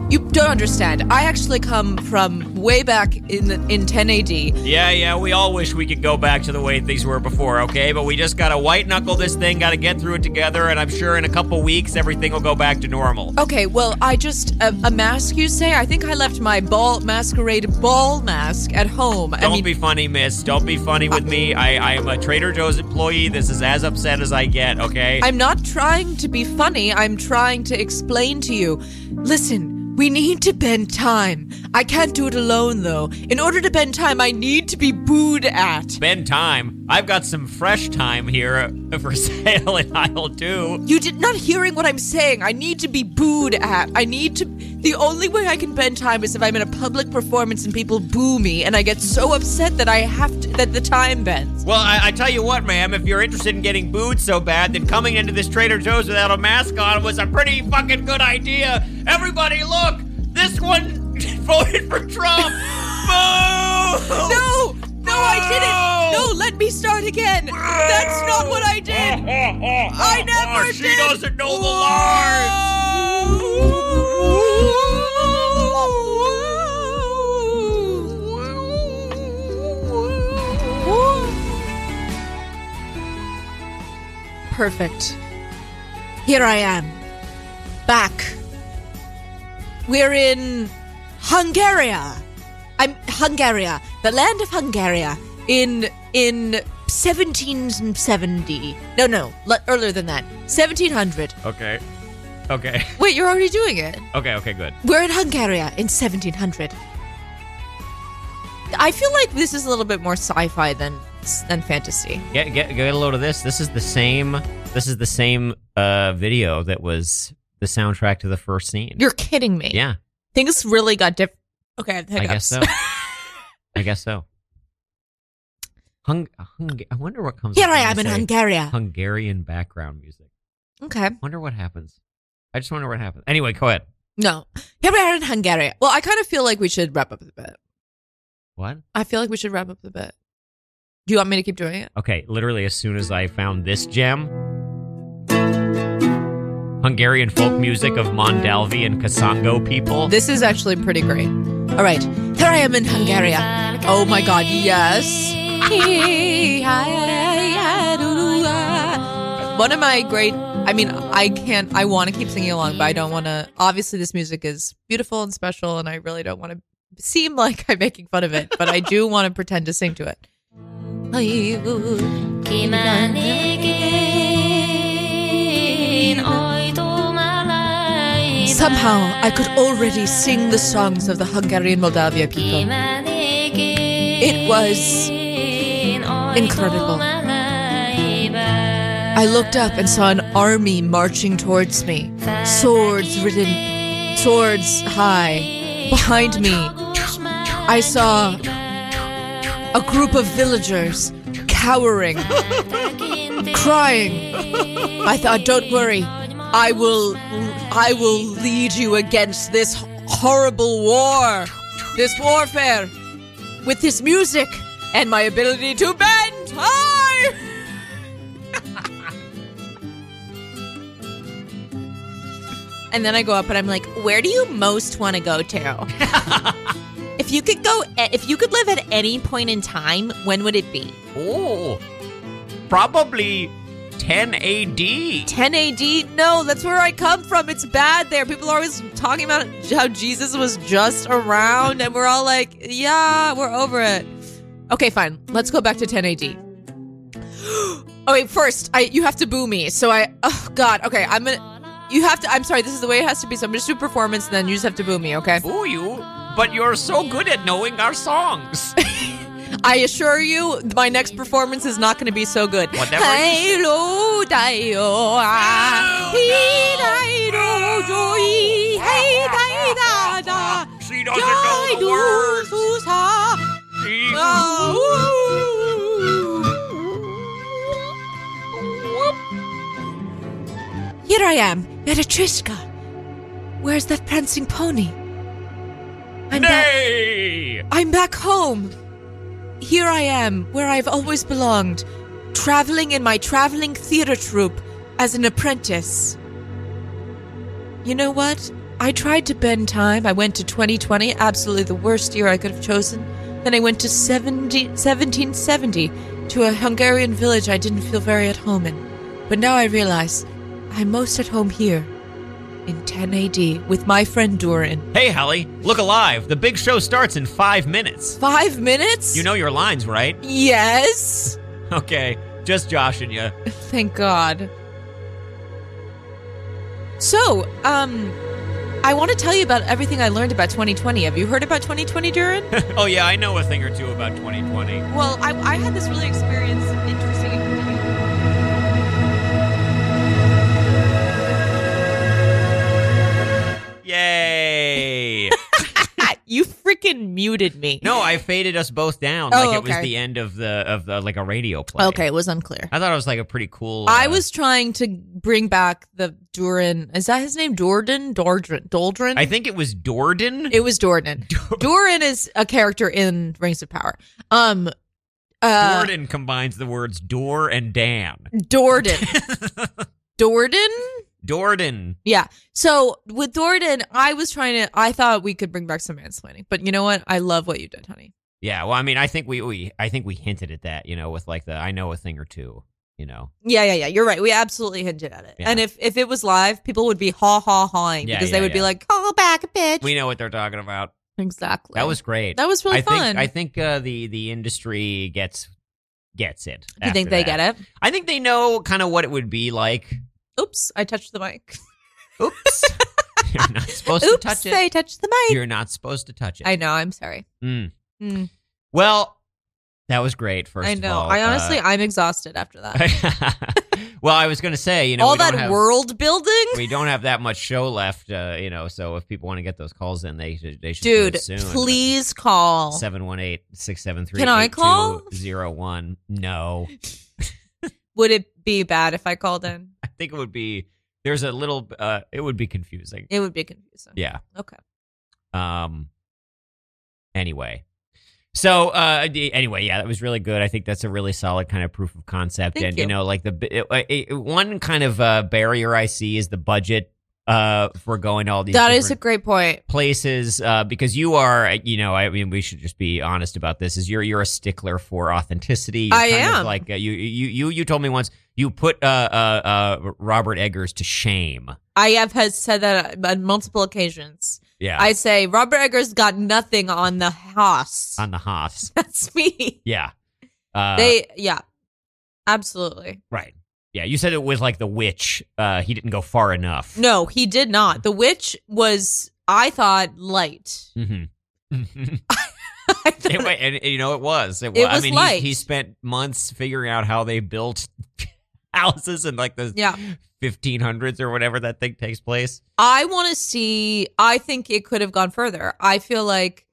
you don't understand. I actually come from way back in in 10 AD.
Yeah, yeah, we all wish we could go back to the way things were before, okay? But we just gotta white knuckle this thing, gotta get through it together, and I'm sure in a couple weeks everything will go back to normal.
Okay, well, I just a, a mask. You say? I think I left my ball masquerade ball mask at home. I
Don't
mean,
be funny, miss. Don't be funny with me. I, I am a Trader Joe's employee. This is as upset as I get, okay?
I'm not trying to be funny. I'm trying to explain to you. Listen, we need to bend time. I can't do it alone, though. In order to bend time, I need to be booed at.
Spend time. I've got some fresh time here for sale in aisle two.
You did not hearing what I'm saying. I need to be booed at. I need to. The only way I can bend time is if I'm in a public performance and people boo me, and I get so upset that I have to that the time bends.
Well, I, I tell you what, ma'am, if you're interested in getting booed so bad, then coming into this Trader Joe's without a mask on was a pretty fucking good idea. Everybody, look! This one voted for Trump! Boo!
No, no, I didn't. No, let me start again. That's not what I did. I never
she
did.
doesn't know the lines!
perfect. Here I am. Back. We're in Hungary. I'm Hungary, the land of Hungary in in 1770. No, no, le- earlier than that. 1700.
Okay. Okay.
Wait, you're already doing it.
Okay. Okay. Good.
We're in Hungary in 1700.
I feel like this is a little bit more sci-fi than than fantasy.
Get get get a load of this. This is the same. This is the same uh, video that was the soundtrack to the first scene.
You're kidding me.
yeah,
Things really got different. Okay, I, have
I guess
hiccups.
so. I guess so. Hung, hung, I wonder what comes.
Here
up when
I
you
am in
say
Hungary.
Hungarian background music.
Okay.
Wonder what happens. I just wonder what happens. Anyway, go ahead.
No. Here we are in Hungary. Well, I kind of feel like we should wrap up the bit.
What?
I feel like we should wrap up the bit. Do you want me to keep doing it?
Okay, literally as soon as I found this gem. Hungarian folk music of Mondalvi and Kasango people.
This is actually pretty great. All right. Here I am in Hungary. Oh my god, yes.
One of my great. I mean, I can't. I want to keep singing along, but I don't want to. Obviously, this music is beautiful and special, and I really don't want to seem like I'm making fun of it, but I do want to pretend to sing to it.
Somehow I could already sing the songs of the Hungarian Moldavia people.
It was incredible.
I looked up and saw an army marching towards me, swords ridden, swords high. Behind me, I saw a group of villagers cowering, crying. I thought, don't worry, I will, I will lead you against this horrible war, this warfare, with this music and my ability to bend high.
And then I go up and I'm like, where do you most want to go to? if you could go, if you could live at any point in time, when would it be?
Oh, probably 10 AD.
10 AD? No, that's where I come from. It's bad there. People are always talking about how Jesus was just around, and we're all like, yeah, we're over it.
Okay, fine. Let's go back to 10 AD. oh wait, first, I you have to boo me. So I oh god. Okay, I'm gonna. You have to. I'm sorry. This is the way it has to be. So I'm just do performance, and then you just have to boo me. Okay.
Ooh, you, but you're so good at knowing our songs.
I assure you, my next performance is not going to be so good.
Whatever you say.
Hello, Dayo. ah, he dairo joi, hey, dai, da, da,
she doesn't know
jai,
the
do,
words.
su, sa,
She-
ah, ooh. Here I am, Beatrichka. Where's that prancing pony? I'm back.
Nay!
I'm back home. Here I am, where I've always belonged, traveling in my traveling theater troupe as an apprentice. You know what? I tried to bend time. I went to 2020, absolutely the worst year I could have chosen. Then I went to 70, 1770 to a Hungarian village I didn't feel very at home in. But now I realize I'm most at home here in 10 AD with my friend Durin.
Hey, Hallie, look alive. The big show starts in five minutes.
Five minutes?
You know your lines, right?
Yes.
Okay, just joshing you.
Thank God. So, um, I want to tell you about everything I learned about 2020. Have you heard about 2020, Durin?
oh, yeah, I know a thing or two about 2020.
Well, I, I had this really experience, interesting
Yay!
Ah,
You freaking muted me.
no, I faded us both down
Oh,
like it was
okay.
the end of the of the like a radio play.
Okay, it was unclear.
I thought it was like a pretty cool.
I
uh,
was trying to bring back the Durin. Is that his name? Dordan? Dordrin? Doldrin?
I think it was Dorden.
it was Dordan. Durin is a character in Rings of Power. Um, uh, Mm.
Dorden combines the words door and Dan.
Dordan. Dordan?
Dorden.
Yeah. So with Dordan, I was trying to. I thought we could bring back some mansplaining, but you know what? I love what you did, honey.
Yeah, well, I mean, I think we, we I think we hinted at that, you know, with like the I know a thing or two. you know.
Yeah, yeah, yeah. You're right. We absolutely hinted at it.
Yeah.
And if if it was live, people would be haw haw hawing
Yeah,
because
yeah,
they would be
yeah.
like, "Call back, bitch."
We know what they're talking about.
exactly.
That was great.
that was really
I
fun.
think I think uh, the the industry gets gets it.
Do you think they get it?
I think they know kind of what it would be like.
Oops, I touched the mic.
Oops. You're not supposed
Oops,
to touch it.
I touched the mic.
You're not supposed to touch it.
I know. I'm sorry.
Mm.
Mm,
Well, that was great. First,
I
of
know.
all.
I
Uh,
honestly, I'm exhausted after that.
well, I was going to say, you know,
All
we don't
that
have-
world building,
we don't have that much show left, uh, you know. So if people want to get those calls in, they should. They should
dude.
do it soon.
Please call.
718-673-8201.
Can I call?
No,
Would it be bad if I called in?
I think it would be. There's a little. Uh, it would be confusing.
It would be confusing.
Yeah.
Okay.
Um. Anyway. So uh, d- anyway, yeah, that was really good. I think that's a really solid kind of proof of concept,
Thank
and
you.
know, like the bi- it, it, it- one kind of uh, barrier I see is the budget uh, for going to all these
That
different
is a great point.
places uh, because you are, you know, I mean, we should just be honest about this. Is you're you're a stickler for authenticity. You're
I
kind Of
am.
like uh, you you you you told me once you put uh, uh, uh, Robert Eggers to shame.
I have has said that on multiple occasions.
Yeah,
I say Robert Eggers got nothing on the house.
on the Hoffs.
That's me.
Yeah. Uh,
they yeah. Absolutely.
Right. Yeah, you said it was like the witch. Uh, he didn't go far enough.
No, he did not. The witch was I thought light.
hmm it,
I thought
wa- and, and, you know, it was. It,
It
I
was
mean,
light.
He, he spent months figuring out how they built houses in like the
Yeah.
1500s or whatever that thing takes place.
I want to see I think it could have gone further. I feel like,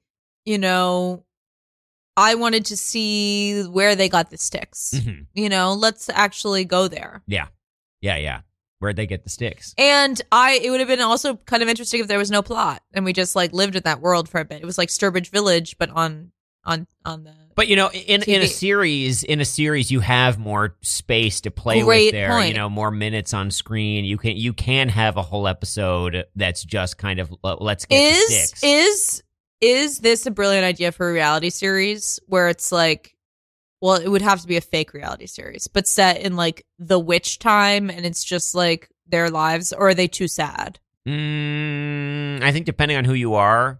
you know, I wanted to see where they got the sticks.
hmm
You know, let's actually go there.
Yeah, yeah. Where'd they get the sticks?
And I, it would have been also kind of interesting if there was no plot and we just like lived in that world for a bit. It was like Sturbridge Village, but on on on the.
But you know, in in a
TV.
series, in a series, you have more space to play with.
Great
There, you
point.
know, more minutes on screen. You can you can have a whole episode that's just kind of uh, let's get the
is
sticks.
is is this a brilliant idea for a reality series where it's like, well, it would have to be a fake reality series, but set in like the witch time, and it's just like their lives, or are they too sad?
Mm, I think depending on who you are,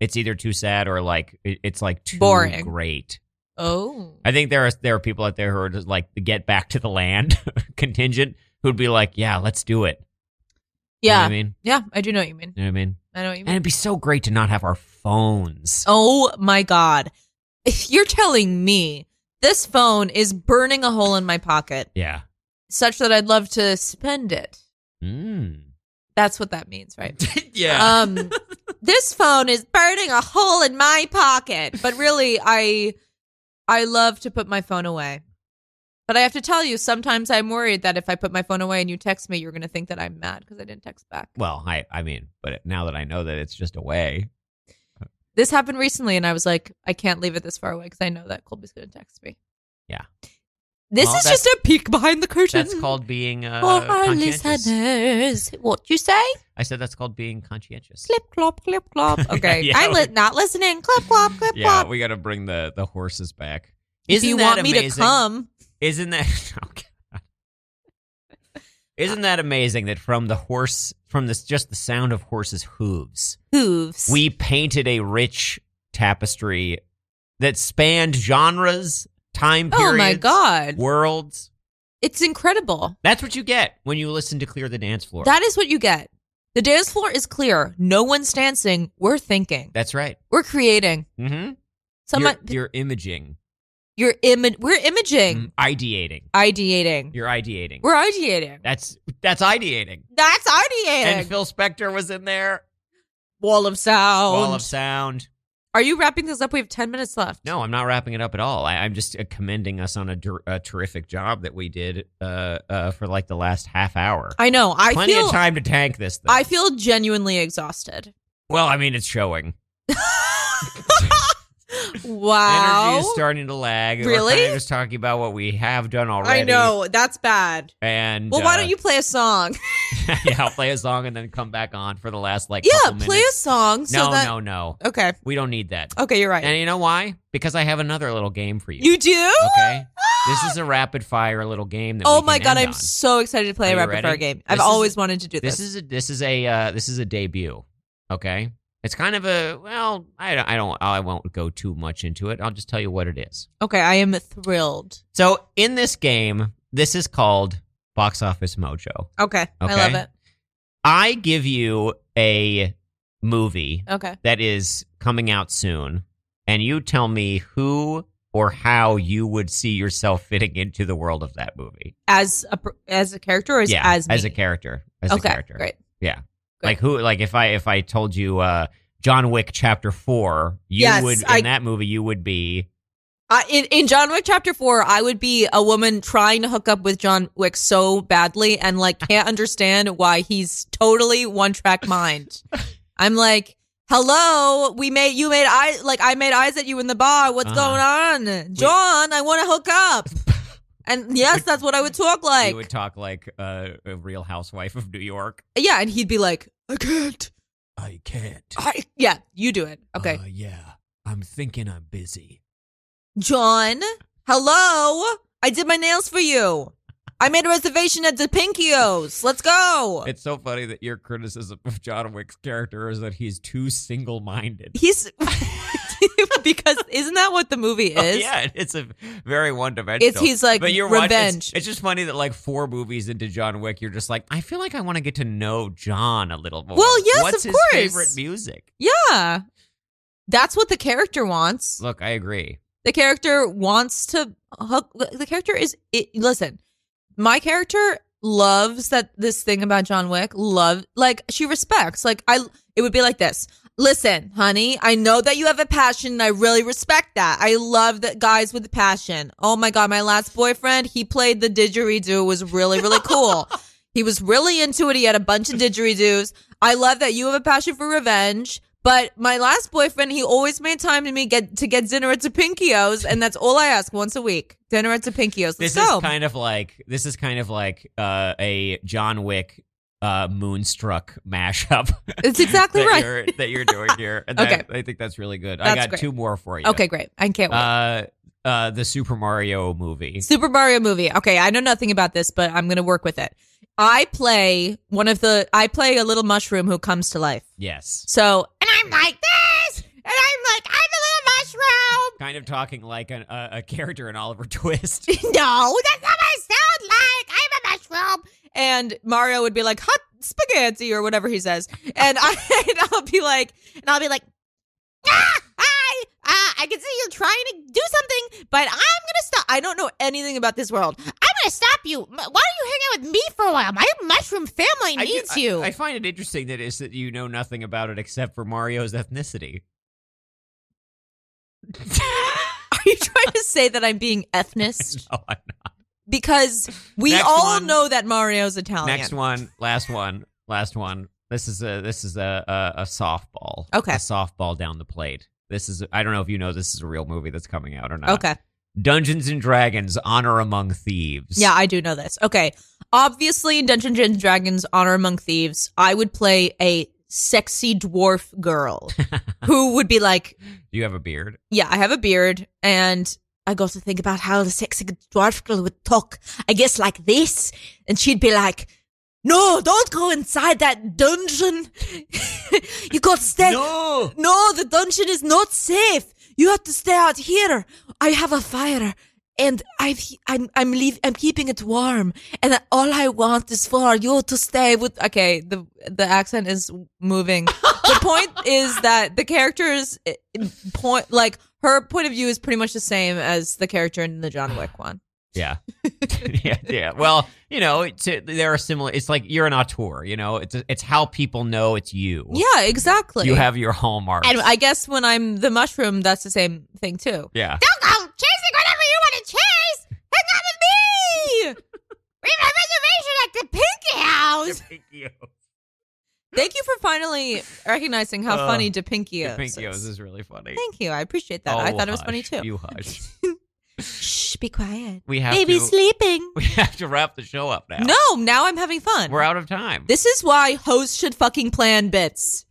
it's either too sad or like it, it's like too
Boring.
Great.
Oh,
I think there are there are people out there who are just like the get back to the land contingent who'd be like, yeah, let's do it. You know what
yeah,
I mean,
yeah, I do know what you mean.
you know what I mean,
I know what you
and
mean.
it'd be so great to not have our phones.
Oh my God. You're telling me this phone is burning a hole in my pocket
Yeah.
such that I'd love to spend it.
Mm.
That's what that means, right?
yeah.
Um, this phone is burning a hole in my pocket, but really, I, I love to put my phone away. But I have to tell you, sometimes I'm worried that if I put my phone away and you text me, you're going to think that I'm mad because I didn't text back.
well, I I mean, but now that I know that it's just a way.
This happened recently, and I was like, I can't leave it this far away because I know that Colby's going to text me.
Yeah.
This
Well,
is
that's-
just a peek behind the curtain.
That's called being uh,
For our
conscientious.
listeners, what you say?
I said that's called being conscientious.
Clip clop, clip clop. Okay,
Yeah,
I'm
we-
li- not listening. Clip clop, clip
Yeah,
clop.
we got to bring the the horses back.
If
Isn't
you
that
want me to
amazing?
come,
Isn't that oh, God. Isn't that amazing that from the horse from this just the sound of horses' hooves,
hooves.
we painted a rich tapestry that spanned genres, time
oh
periods,
my god,
worlds.
it's incredible.
That's what you get when you listen to Clear the Dance Floor.
That is what you get. The dance floor is clear. No one's dancing. We're thinking.
That's right.
We're creating.
Mm-hmm.
Some
you're,
you're,
you're imaging,
you're imi- We're
Mm,
imaging.
ideating.
Ideating.
You're ideating.
We're ideating.
that's that's ideating.
That's ideating.
And Phil Spector was in there.
Wall of sound.
Wall of sound.
Are you wrapping this up? We have 10 minutes left.
No, I'm not wrapping it up at all. I, I'm just uh, commending us on a, der- a terrific job that we did uh, uh, for like the last half hour.
I know. I
Plenty
feel
of time to tank this. Thing.
I feel genuinely exhausted.
well, I mean, it's showing.
wow.
Energy is starting to lag. We're
Oh? Really?
kinda just talking about what we have done already.
I know. That's bad.
And
Well, why
uh,
don't you play a song?
yeah, I'll play a song and then come back on for the last like.
yeah,
couple
play a
minutes.
song so
no,
that
no, no.
Okay.
We don't need that.
Okay, you're right.
And you know why? Because I have another little game for you.
you do?
Okay. This is a rapid fire little game. That
Oh
we
my
can
god,
end
I'm
on.
so excited to
Are
play a
you
rapid
ready?
fire game. I've
This is-
always wanted to do this.
this is a this is a uh, this is a debut. Okay, it's kind of a well. I don't- I don't I won't go too much into it. I'll just tell you what it is.
okay, I am thrilled.
So in this game, this is called Box Office Mojo.
Okay, I
Okay.
love it.
I give you a movie
Okay.
that is coming out soon, and you tell me who or how you would see yourself fitting into the world of that movie.
As a per- as a character or as,
yeah,
as, me?
a character. As
Okay,
a character.
great. Great.
Like who like if I if I told you uh John Wick chapter 4, you
Yes,
would in
I-
that movie you would be
I, in, in John Wick chapter four, I would be a woman trying to hook up with John Wick so badly and like can't understand why he's totally one track mind. I'm like, hello, we made you made eyes like I made eyes at you in the bar. What's
Uh-huh.
going on, John? I want to hook up. And yes, that's what I would talk like.
you would talk like uh, a real housewife of New York.
yeah, and he'd be like, I can't.
I can't. Uh,
I, yeah, you do it. Okay,
yeah. I'm thinking I'm busy.
John. Hello, I did my nails for you. I made a reservation at DePincio's. Let's go.
It's so funny that your criticism of John Wick's character is that he's too single-minded.
He's because isn't that what the movie
Oh,
is?
yeah, it's a very one-dimensional.
It's- he's like,
watching- it's-
revenge.
It's, just funny that like four movies into John Wick, you're just like, I feel like I want to get to know John a little more.
Well, yes,
What's
of
his
course.
favorite music?
Yeah. That's what the character wants.
Look, I agree.
The character wants to hook. The character is. It, listen, my character loves that this thing about John Wick. Love like she respects. Like I, it would be like this. Listen, honey, I know that you have a passion and I really respect that. I love that guys with passion. Oh my God, my last boyfriend, he played the didgeridoo. It was really, really cool. he was really into it. He had a bunch of didgeridoos. I love that you have a passion for revenge. But my last boyfriend, he always made time to me get to get dinner at Topinkio's, and that's all I ask once a week. Dinner at Topinkio's.
This
Let's go.
is kind of like this is kind of like uh, a John Wick uh, Moonstruck mashup.
It's exactly
that
right.
You're, that you're doing here. And
Okay.
that- I think that's really good. I
That's
got
great.
two more for you.
Okay, great. I can't wait.
Uh, uh, the Super Mario movie.
Super Mario movie. Okay, I know nothing about this, but I'm gonna work with it. I play one of the. I play a little mushroom who comes to life.
Yes.
So, and I'm like this, and I'm like I'm a little mushroom.
Kind of talking like an, a, a character in Oliver Twist.
no, that's not what I sound like. I'm a mushroom. And Mario would be like, hot spaghetti or whatever he says. And, I, and I'll be like, and I'll be like, ah, I, uh, I can see you're trying to do something, but I'm going to stop. I don't know anything about this world. I'm going to stop you. M- Why don't you hang out with me for a while? My mushroom family
I do-
needs
I-
you.
I, find it interesting that is that you know nothing about it except for Mario's ethnicity.
Are you trying to say that I'm being ethnist?
Oh, I-
Because we
Next
all
one.
know that Mario's Italian.
Next one, last one, last one. This is a this is a a, a softball.
Okay.
a softball down the plate. This is I don't know if you know this is a real movie that's coming out or not.
Okay.
Dungeons and Dragons: Honor Among Thieves.
Yeah, I do know this. Okay. Obviously, in Dungeons and Dragons Honor Among Thieves, I would play a sexy dwarf girl who would be like,
you have a beard.
Yeah, I have a beard, and I got to think about how the sexy dwarf girl would talk. I guess like this. And she'd be like, No, don't go inside that dungeon. you got to stay.
No.
No, the dungeon is not safe. You have to stay out here. I have a fire, and I've, I'm I'm leave, I'm keeping it warm. And all I want is for you to stay with. Okay, the the accent is moving. the point is that the character's eh, point, like her point of view, is pretty much the same as the character in the John Wick one.
Yeah. yeah, yeah. Well, you know, it's, there are similar. It's like you're an auteur. You know, it's it's how people know it's you.
Yeah, exactly.
You have your hallmarks.
and I guess when I'm the mushroom, that's the same thing too.
yeah.
Don't go chasing whatever you want to chase. Hang out with me. We have a reservation at the Pinky House. Thank you for finally recognizing how
Uh,
funny DePinkio is.
Pinkios is really funny.
Thank you. I appreciate that. I
Oh,
thought it was funny
hush.
too.
You hush.
Shh, be quiet.
We have
Baby's
to.
sleeping.
we have to wrap the show up now.
No, now I'm having fun.
we're out of time.
This is why hosts should fucking plan bits.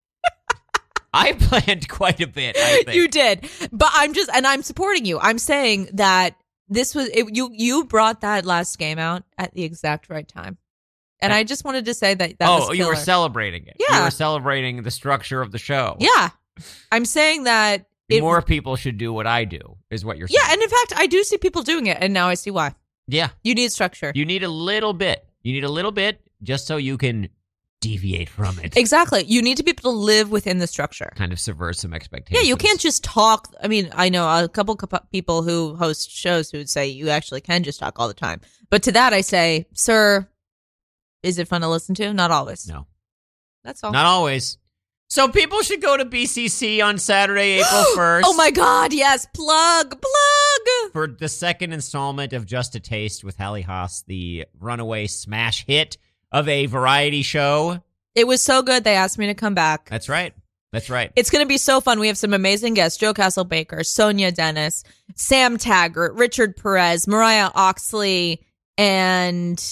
I planned quite a bit. I think.
You did. But I'm just, and I'm supporting you. I'm saying that this was it, you you brought that last game out at the exact right time. And I just wanted to say that that
oh,
was
you were
killer.
celebrating it. You
Yeah.
were celebrating the structure of the show.
Yeah. I'm saying that it,
More people should do what I do, is what you're saying.
Yeah, and in fact, I do see people doing it and now I see why.
Yeah.
You need structure.
You need a little bit. You need a little bit just so you can deviate from it.
exactly. You need to be able to live within the structure.
kind of subvert some
Yeah,
expectations.
you can't just talk. I mean, I know a couple of people who host shows who would say you actually can just talk all the time. But to that, I say, sir, is it fun to listen to? Not always.
No.
That's all.
Not always. So people should go to BCC on Saturday, April 1st.
Oh my God! Yes, plug, plug.
For the second installment of Just a Taste with Hallie Haas, the runaway smash hit of a variety show.
It was so good. They asked me to come back.
That's right. That's right.
It's going to be so fun. We have some amazing guests Joe Castle Baker, Sonia Dennis, Sam Taggart, Richard Perez, Mariah Oxley, and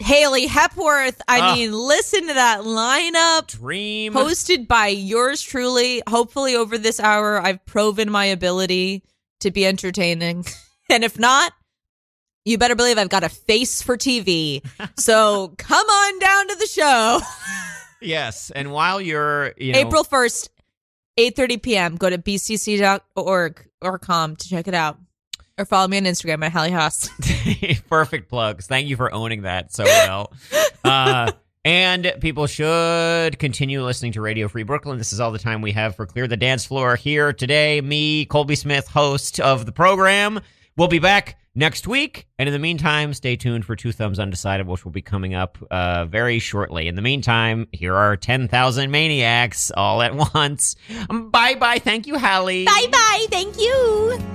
Haley Hepworth. I
Ah.
mean, listen to that lineup.
Dream.
Hosted by yours truly. Hopefully, over this hour, I've proven my ability to be entertaining. And if not, you better believe I've got a face for TV. So come on down to the show.
Yes. And while you're, you know,
April 1st, 8.30 p.m. Go to bcc.org or com to check it out. Or follow me on Instagram at Hallie Haas.
Perfect plugs. Thank you for owning that so well. uh, and people should continue listening to Radio Free Brooklyn. This is all the time we have for Clear the Dance Floor here today. Me, Colby Smith, host of the program. We'll be back next week. And in the meantime, stay tuned for Two Thumbs Undecided, which will be coming up uh, very shortly. In the meantime, here are 10,000 maniacs all at once. Bye bye. Thank you, Hallie.
Bye bye. Thank you.